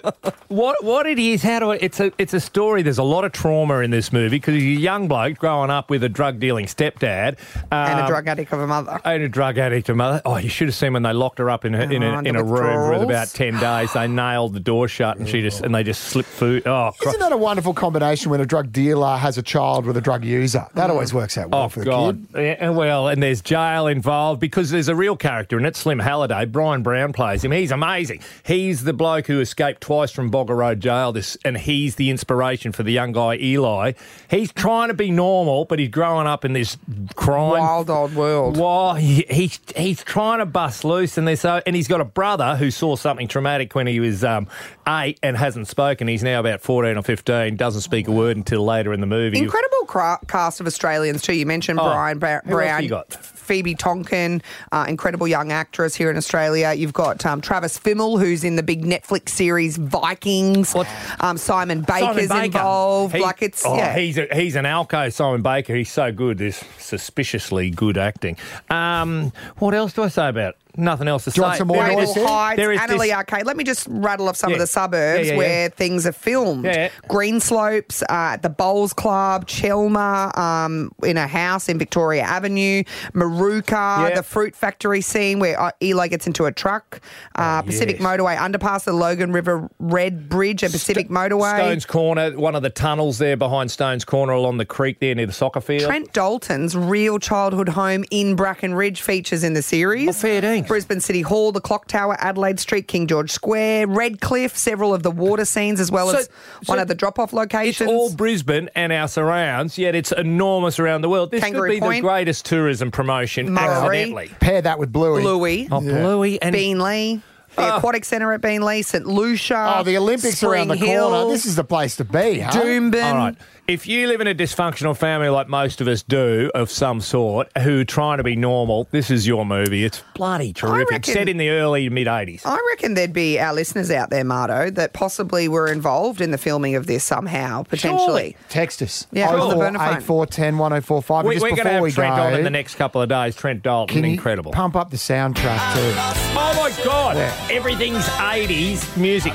what what it is? How do I, it's a it's a story. There's a lot of trauma in this movie because he's a young bloke growing up with a drug dealing stepdad
and a
um,
drug addict of a mother.
and a drug addict her mother. Oh, you should have seen when they locked her up in a, in
Oh,
a,
and
in
the
a room
withdrawals. Oh.
for about ten days. They nailed the door shut, and she just and they just slipped food. Oh, cro-
Isn't that a wonderful combination when a drug dealer has a child with a drug user? That always works out well
Oh
for the
God!
kid.
Yeah, and well, and there's jail involved because there's a real character in it. Slim Halliday, Brian Brown plays him. He's amazing. He's the bloke who escaped twice from Bogger Road Jail. This, and he's the inspiration for the young guy Eli. He's trying to be normal, but he's growing up in this crime
Wild old world.
well, he, he he's trying to bust loose, and there's so, and he's got a brother who saw something traumatic when he was um, eight and hasn't spoken. He's now about fourteen or fifteen, doesn't speak a word until later in the movie.
Incredible cra- cast of Australians too. You mentioned
Oh,
Brian Ba-
who else
Brown.
you got?
Phoebe Tonkin, uh, incredible young actress here in Australia. You've got um, Travis Fimmel, who's in the big Netflix series Vikings. Um, Simon Baker's
Simon Baker.
involved.
He-
like it's
oh,
yeah.
he's a, he's an alco Simon Baker. He's so good. This suspiciously good acting. Um, what else do I say about? it? Nothing else to
Do you
say.
want some more
There
noise
is-
there?
Wendell Heights,
there is this-
Annerley Arcade. Let me just rattle off some
Yeah.
of the suburbs
Yeah, yeah, yeah.
where things are filmed.
Yeah, yeah.
Green Slopes, uh, the Bowls Club, Chelmer, um, in a house in Victoria Avenue, Maruka,
Yeah.
the fruit factory scene where uh, Eli gets into a truck, uh, Pacific
Oh, yes.
Motorway underpass, the Logan River Red Bridge and Pacific Motorway.
Stones Corner, one of the tunnels there behind Stones Corner along the creek there near the soccer field.
Trent Dalton's real childhood home in Brackenridge features in the series.
fair dinks.
Brisbane City Hall, the Clock Tower, Adelaide Street, King George Square, Redcliffe, several of the water scenes, as well
So-
as one
so
of the drop-off
It's
locations.
all Brisbane and our surrounds, yet it's enormous around the world. This
Kangaroo
could be
Point.
the greatest tourism promotion
Murray.
accidentally.
Pair that with Bluey.
Bluey,
Oh, Bluey and Ah.
Beanley, the Aquatic Centre at Beanley, St Lucia.
Oh, the Olympics
Spring
around the
Hill,
corner. This is the place to be, huh?
Doomben.
All right. If you live in a dysfunctional family like most of us do, of some sort, who are trying to be normal, this is your movie. It's bloody terrific.
reckon-
Set in the early mid 80s.
Oh,
I reckon there'd be our listeners out there, Marto, that possibly were involved in the filming of this somehow, potentially.
Text us.
Yeah,
Oh,
on the
four,
burner phone.
eight, four, 10, 1045. And
We, are
just
going to
before
have
we
Trent
go,
on in the next couple of days. Trent Dalton,
can you
incredible.
Pump up the soundtrack too.
Oh my God! Everything's 80s music.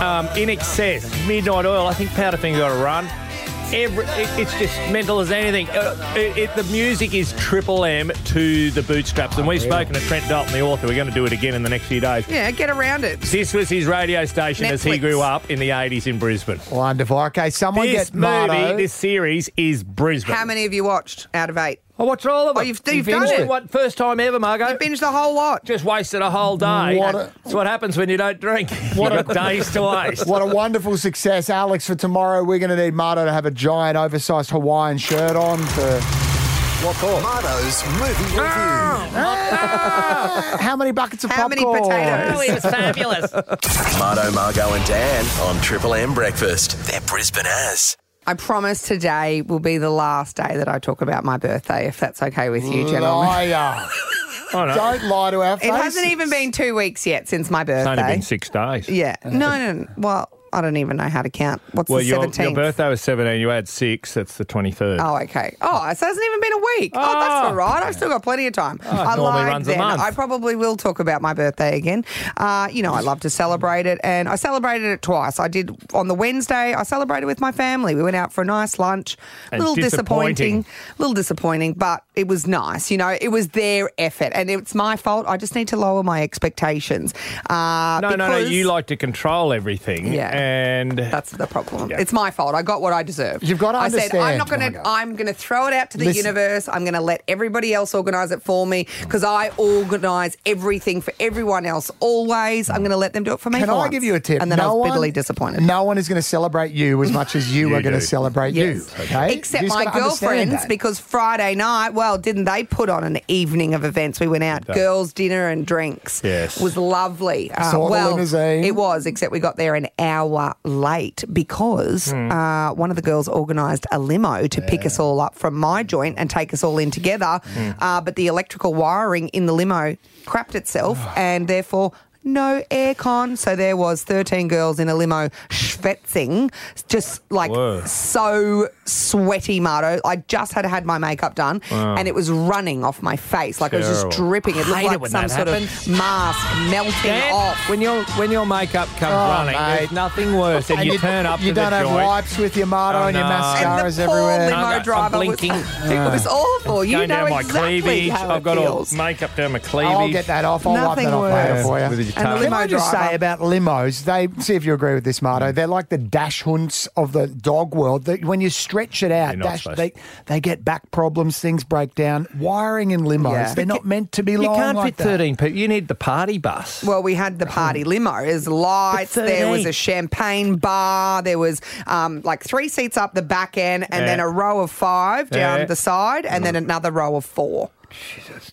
Um, in excess, Midnight Oil. I think Powderfinger got a run. Every, it- it's just mental as anything. Uh, it, it, the music is triple M to the bootstraps, and
Oh,
we've spoken to Trent Dalton, the author. We're going to do it again in the next few days.
Yeah, get around it.
This was his radio station as he
Netflix.
grew up in the 80s in Brisbane.
Wonderful. Okay, someone
This
get
movie,
Marto.
this series is Brisbane.
How many have you watched out of eight?
I watched all of
Oh,
it.
you've- you've done
finished
it.
What, first time ever, Margot.
You binge the whole lot.
Just wasted a whole day.
What a-
That's what happens when you don't drink. What a days to waste.
What a wonderful success, Alex. For tomorrow, we're going to need Marto to have a giant, oversized Hawaiian shirt on. For what for?
Marto's movie review.
How many buckets of
How many
popcorn?
potatoes?
Oh, it was fabulous.
Marto, Margo, and Dan on Triple M Breakfast. They're Brisbane as.
I promise today will be the last day that I talk about my birthday, if that's okay with you, gentlemen.
Liar.
I know.
Don't lie to our face.
It hasn't even been two weeks yet since my birthday.
It's only been six days.
Yeah. No, no, no. Well, I don't even know how to count. What's
Well,
the
your,
17th?
your birthday was 17. You had six. That's the 23rd.
Oh, okay. Oh, so it hasn't even been a week. Oh, that's
Oh.
all right. I've still got plenty of time. I
normally
lied
runs a
then.
month.
I probably will talk about my birthday again. Uh, you know, I love to celebrate it, and I celebrated it twice. I did on the Wednesday. I celebrated with my family. We went out for a nice lunch. A
And
little
disappointing.
disappointing. little disappointing, but it was nice. You know, it was their effort, and it's my fault. I just need to lower my expectations. Uh,
no, no, no.
because
You like to control everything.
Yeah.
And
That's the problem.
Yeah.
It's my fault. I got what I deserved.
You've got to
I said I'm
understand,
not going to.
Margo.
I'm going to throw it out to the
Listen.
universe. I'm going to let everybody else organise it for me because I organise everything for everyone else always. I'm going to let them do it for me.
Can
for
I
once.
give you a tip?
And then I was bitterly
one-
disappointed.
No one is going to celebrate you as much as you,
You
are going to
do.
celebrate
Yes.
you. Okay.
Except
You just
my
gotta understand
girlfriends,
that.
because Friday night, well, didn't they put on an evening of events? We went out,
They-
girls' dinner and drinks.
Yes.
It was lovely. Uh,
Saw the
well,
limousine.
it was, except we got there an hour late because
Hmm.
uh, one of the girls organised a limo to pick us all up from my joint and take us all in
Hmm.
together. Uh, but the electrical wiring in the limo crapped itself, and therefore no aircon. So there was 13 girls in a limo schwitzing, just like
Whoa.
so sweaty, Marto. I just had had my makeup done
Wow.
and it was running off my face. Like it was just
Terrible.
dripping. It looked
Hate it
like
when
some
that
sort of mask melting
Dan,
off.
when your when your makeup comes
Oh,
running,
mate.
there's nothing worse than
And
you, turn up
You
to
don't
the
have
joint.
wipes with your mardo
Oh,
and your
no.
mascaras
and the poor
everywhere.
limo
I'm
driver
blinking.
Was, it was awful. You
Going
know
down my
exactly
cleavage.
how
I've
it
got
feels.
all makeup down my
Oh,
cleavage.
I'll get that off. I'll
Nothing
wipe that off
worse.
later for you.
With your
And the
tongue.
Can I
limo
just
driver.
say about limos? They see if you agree with this, Marto. They're like the dash hunts of the dog world. That when you stretch it out,
You're not
dash,
supposed
they they get back problems, things break down. Wiring in limos,
Yeah.
they're not meant to be
You
long.
can't
like
fit
that.
13 people. You need the party bus.
Well, we had the party limo. There's lights.
But
There was
13.
a champagne bar. There was um, like three seats up the back end, and
Yeah.
then a row of five down
Yeah.
the side, and then another row of four.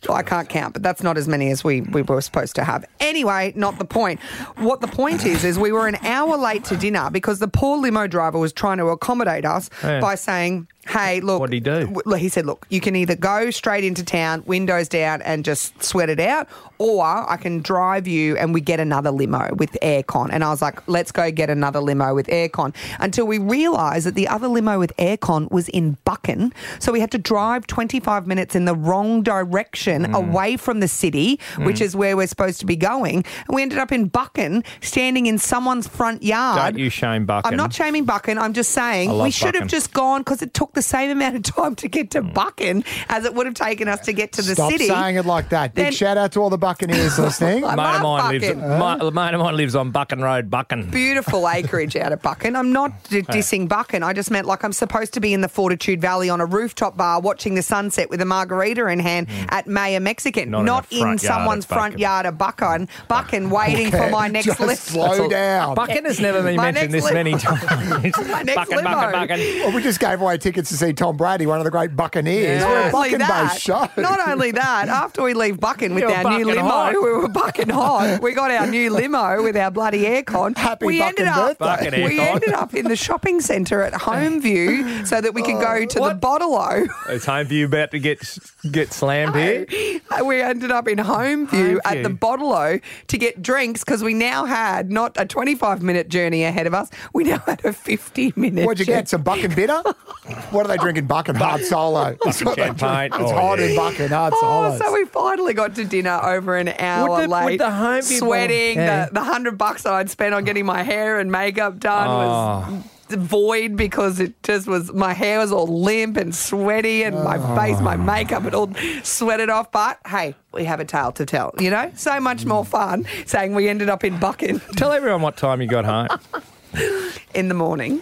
Well, I can't count, but that's not as many as we, we were supposed to have. Anyway, not the point. What the point is, is we were an hour late to dinner because the poor limo driver was trying to accommodate us
Yeah.
by saying, hey, look.
What'd he do?
w- look," He said, look, you can either go straight into town, windows down, and just sweat it out, or I can drive you and we get another limo with aircon. And I was like, let's go get another limo with aircon until we realised that the other limo with aircon was in Bucken. So we had to drive 25 minutes in the wrong direction
Mm.
away from the city, which is where we're supposed to be going. And we ended up in Bucken, standing in someone's front yard.
Don't you shame Bucken.
I'm not shaming Bucken. I'm just
I
saying
love
we should have
Bucken.
just gone because it took the same amount of time to get to
Mm.
Bucken as it would have taken us to get to the
Stop
city.
saying it like that. Big
Then-
shout out to all the Buccaneers listening.
I
mate of
love
mine lives.
Bucken.
my- a mate of mine lives on Bucken Road, Bucken.
Beautiful acreage out of Bucken. I'm not d- dissing Bucken. I just meant like I'm supposed to be in the Fortitude Valley on a rooftop bar watching the sunset with a margarita in hand at Maya Mexican,
Mm. Not in
not,
a
in,
front yard
someone's
at
front
Bucken.
yard of Bucken, Bucken waiting for my next
Just
lift.
slow down.
Bucken has never been
My
mentioned
next
this
limo.
many times.
My next
Bucken,
limo.
Bucken, Bucken.
Well, we just gave away tickets to see Tom Brady, one of the great Buccaneers.
Not
We're a
only,
Bucking-based
that,
show.
not only that, after we leave Bucking with
You're
our new
bucking
limo,
hot.
we were bucking hot. We got our new limo with our bloody aircon.
Happy
we
bucking
ended up,
birthday.
Bucking
we
aircon.
ended up in the shopping centre at Homeview so that we could
Uh,
go to the
What?
Bottle O.
Is Homeview about to get get slammed here?
we ended up in Homeview at the
Homeview.
Bottle O to get drinks because we now had not a 25 minute journey ahead of us. We now had a 50 minute.
What'd you get? Some Bucking bitter? what are they drinking? Bucking hard solo. It's what they drink.
champagne.
It's
Oh,
hard
yeah.
in Bucking hard
Oh,
solos.
so we finally got to dinner over an hour
Would the- would
late.
the home people-
sweating,
Yeah.
the, the hundred bucks that I'd spent on getting my hair and makeup done was
Oh.
void because it just was my hair was all limp and sweaty and my
Oh.
face, my makeup had all sweated off. But hey, we have a tale to tell, you know? So much more fun saying we ended up in Bucking
Tell everyone what time you got home.
in the morning.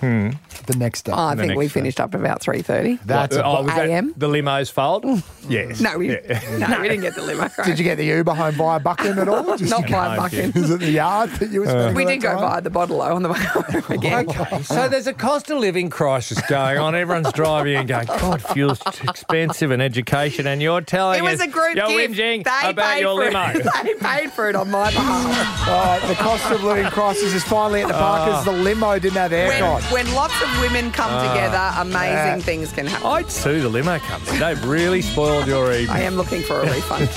the next day.
I
Hmm, The
think
next
we
day.
finished up about three thirty.
That's a-
oh, was that
AM?
the limo's fault? yes.
No, we
Yeah.
no, we didn't get the limo.
Did you get the Uber home via Bucking at all? Just-
oh. Not by
No,
Bucking.
Is it the yard that you were spending all
We
that
did go
time?
by the bottle O on the way home again.
Okay, so there's a cost of living crisis going on. Everyone's driving and going, God, fuel's too expensive and education. And you're telling
It was
us
a group
you're
gift.
whinging
they
about
paid
your
for
limo.
It. They paid for it on my behalf.
All right, the cost of living crisis is finally at the Parkers. the limo didn't have
Ah. when,
aircon.
when lots of women come
Ah,
together, amazing things can happen.
Oh.
I'd sue the limo company. They've really spoiled your evening.
I am looking for a refund.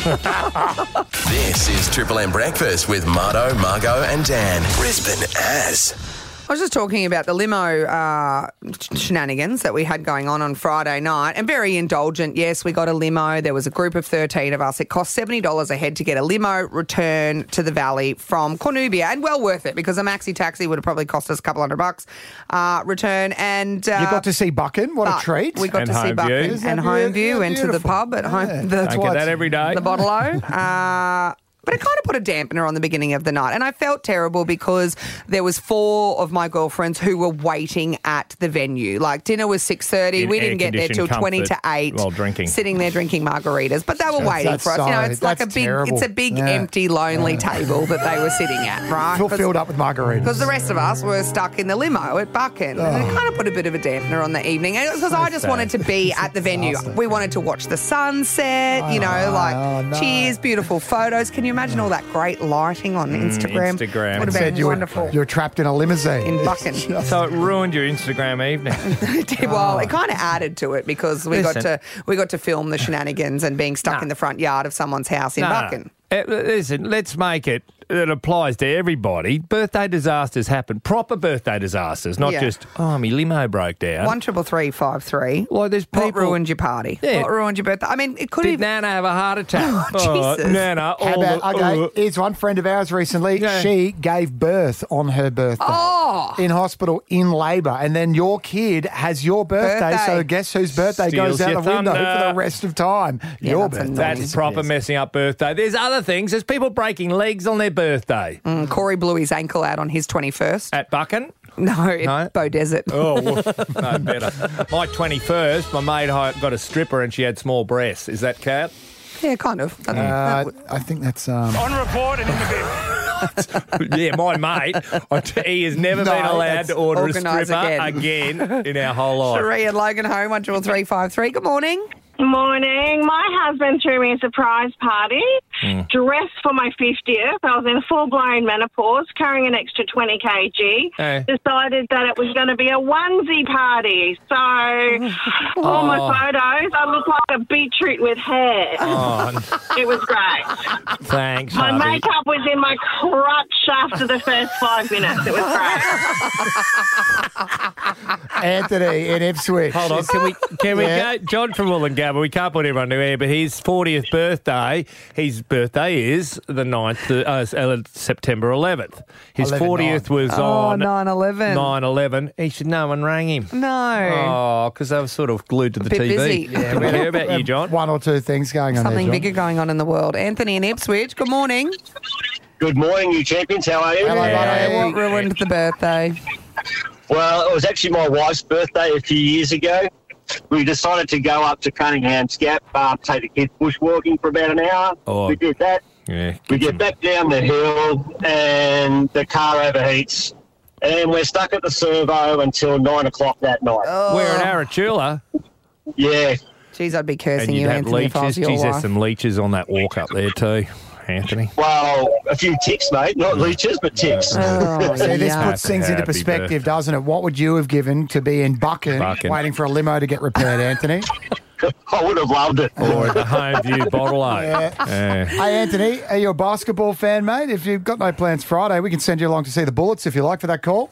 This is Triple M Breakfast with Marto, Margot, and Dan. Brisbane as.
I was just talking about the limo uh, sh- shenanigans that we had going on on Friday night, and very indulgent. Yes, we got a limo. There was a group of thirteen of us. It cost seventy dollars a head to get a limo return to the valley from Cornubia, and well worth it because a maxi taxi would have probably cost us a couple hundred bucks uh, return. And uh,
you got to see Bucking. What
but
a treat.
We got
And
to see
home view.
Bucking
Isn't
and
that
home
beau-
view,
yeah,
and to the
beautiful.
pub at
Yeah.
home. The,
Don't get that every day.
the bottle Uh, but it kind of put a dampener on the beginning of the night, and I felt terrible because there was four of my girlfriends who were waiting at the venue. Like dinner was six thirty,
In
we didn't get there till
air-conditioned
twenty to
comfort
eight.
while drinking.
sitting there drinking margaritas, but they were waiting
that's
for us. you know,
so-
it's like a
that's
big,
terrible.
it's a big
Yeah.
empty, lonely table that they were sitting at, right?
Feel
'Cause-
filled up with margaritas.
because the rest of us were stuck in the limo at Bucken.
Oh.
And it kind of put a bit of a dampener on the evening. And it was because I just
sad.
wanted to be at the venue. We wanted to watch the sunset, you know, like
oh, no.
cheers, beautiful photos. Can you imagine all that great lighting on Instagram?
Mm, Instagram.
Would have been
Said you
wonderful.
were, you were trapped in a limousine.
in Bucken.
So it ruined your Instagram evening.
well, it kind of added to it because we got
Oh. Listen.
to we got to film the shenanigans and being stuck in the front yard of someone's house in
No, no, no.
Bucken.
Eh, Listen, let's make it that applies to everybody. Birthday disasters happen. Proper birthday disasters, not
Yeah.
just oh my limo broke down.
One triple three five three.
Well, there's people
what ruined your party.
Yeah.
What ruined your birthday? I mean, it could
Did
even.
Nana have a heart attack?
Oh, Jesus.
Nana,
How
all
about,
the-
okay,
uh,
here's one friend of ours recently.
Yeah.
She gave birth on her birthday.
Oh.
In hospital, in labour. And then your kid has your birthday,
Birthday.
so guess whose birthday
Steals
goes out
your
the window
thunder.
for the rest of time? your
that's
birthday.
That's proper messing up birthday. There's other things. There's people breaking legs on their birthday
Mm, Corey blew his ankle out on his 21st.
at Bucken.
no, it,
Uh, No?
Bow Desert.
Oh, woof. no better. My 21st, my mate hi- got a stripper and she had small breasts. Is that cat?
Yeah, kind of. That- that
Uh,
would-
I think that's. Um,
On report and in the bin.
yeah, my mate. I t- he has never
No,
been allowed
that's
to order a stripper
organised
again. in our whole life.
Sheree and Logan home, 13353. Good morning.
Morning. My husband threw me a surprise party,
Hmm.
dressed for my 50th. I was in full blown menopause, carrying an extra 20 kg.
Hey.
Decided that it was going to be a onesie party. So, all my
Oh.
photos, I look like a beetroot with hair.
Oh, n-
It was great.
thanks,
My
hubby.
makeup was in my crutch after the first five minutes. It was great.
Anthony in Ipswich.
Hold on, can we can
Yeah.
we go? John from Wollongabba. We can't put everyone to air, but his 40th birthday. His birthday is the 9th, uh, uh, September 11th. His
11,
40th was
Oh,
on
9/11.
9/11. He should. No one rang him.
No.
Oh, because they were sort of glued to the
bit
TV.
busy.
Yeah, we hear about you, John.
One or two things going on. there,
Something
John.
bigger going on in the world. Anthony in Ipswich, good morning.
Good morning, you champions. How are you?
Hello,
Hey,
buddy.
what ruined the birthday?
Well, it was actually my wife's birthday a few years ago. We decided to go up to Cunningham's Gap, uh, take the kids bushwalking for about an hour.
Oh.
We did that.
Yeah.
We get back down the hill and the car overheats. And we're stuck at the servo until nine o'clock that night.
We're in Arachula,
Yeah.
Geez, I'd be
and
cursing
you'd
you,
have
Anthony, if I
leeches.
was your
Geez, there's
wife.
some leeches on that walk up there too, Anthony.
Well, a few ticks, mate. Not leeches, but ticks.
Oh,
See, this
yuck.
puts things into
Happy
perspective,
birthday.
doesn't it? What would you have given to be in Bucken,
Bucken.
waiting for a limo to get repaired, Anthony?
I would have loved it.
Or the home view bottle O.
Yeah.
Yeah.
hey, Anthony, are you a basketball fan, mate? If you've got no plans Friday, we can send you along to see the Bullets if you like for that call.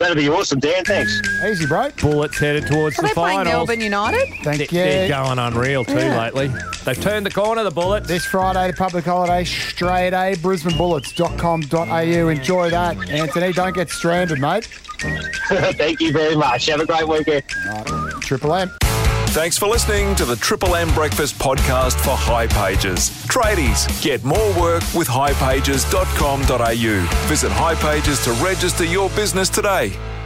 That'd be awesome, Dan. Thanks.
Easy, bro.
Bullets headed towards
Are
the
they playing
finals.
Melbourne United?
Thank
They're
you.
going unreal too
Yeah.
lately. They've turned the corner, the Bullets.
This Friday, public holiday, straight A, brisbanebullets.com.au. Enjoy that, Anthony. Don't get stranded, mate.
Thank you very much. Have a great weekend.
Triple M.
Thanks for listening to the Triple M Breakfast podcast for High Pages. Tradies, get more work with highpages.com.au. Visit highpages to register your business today.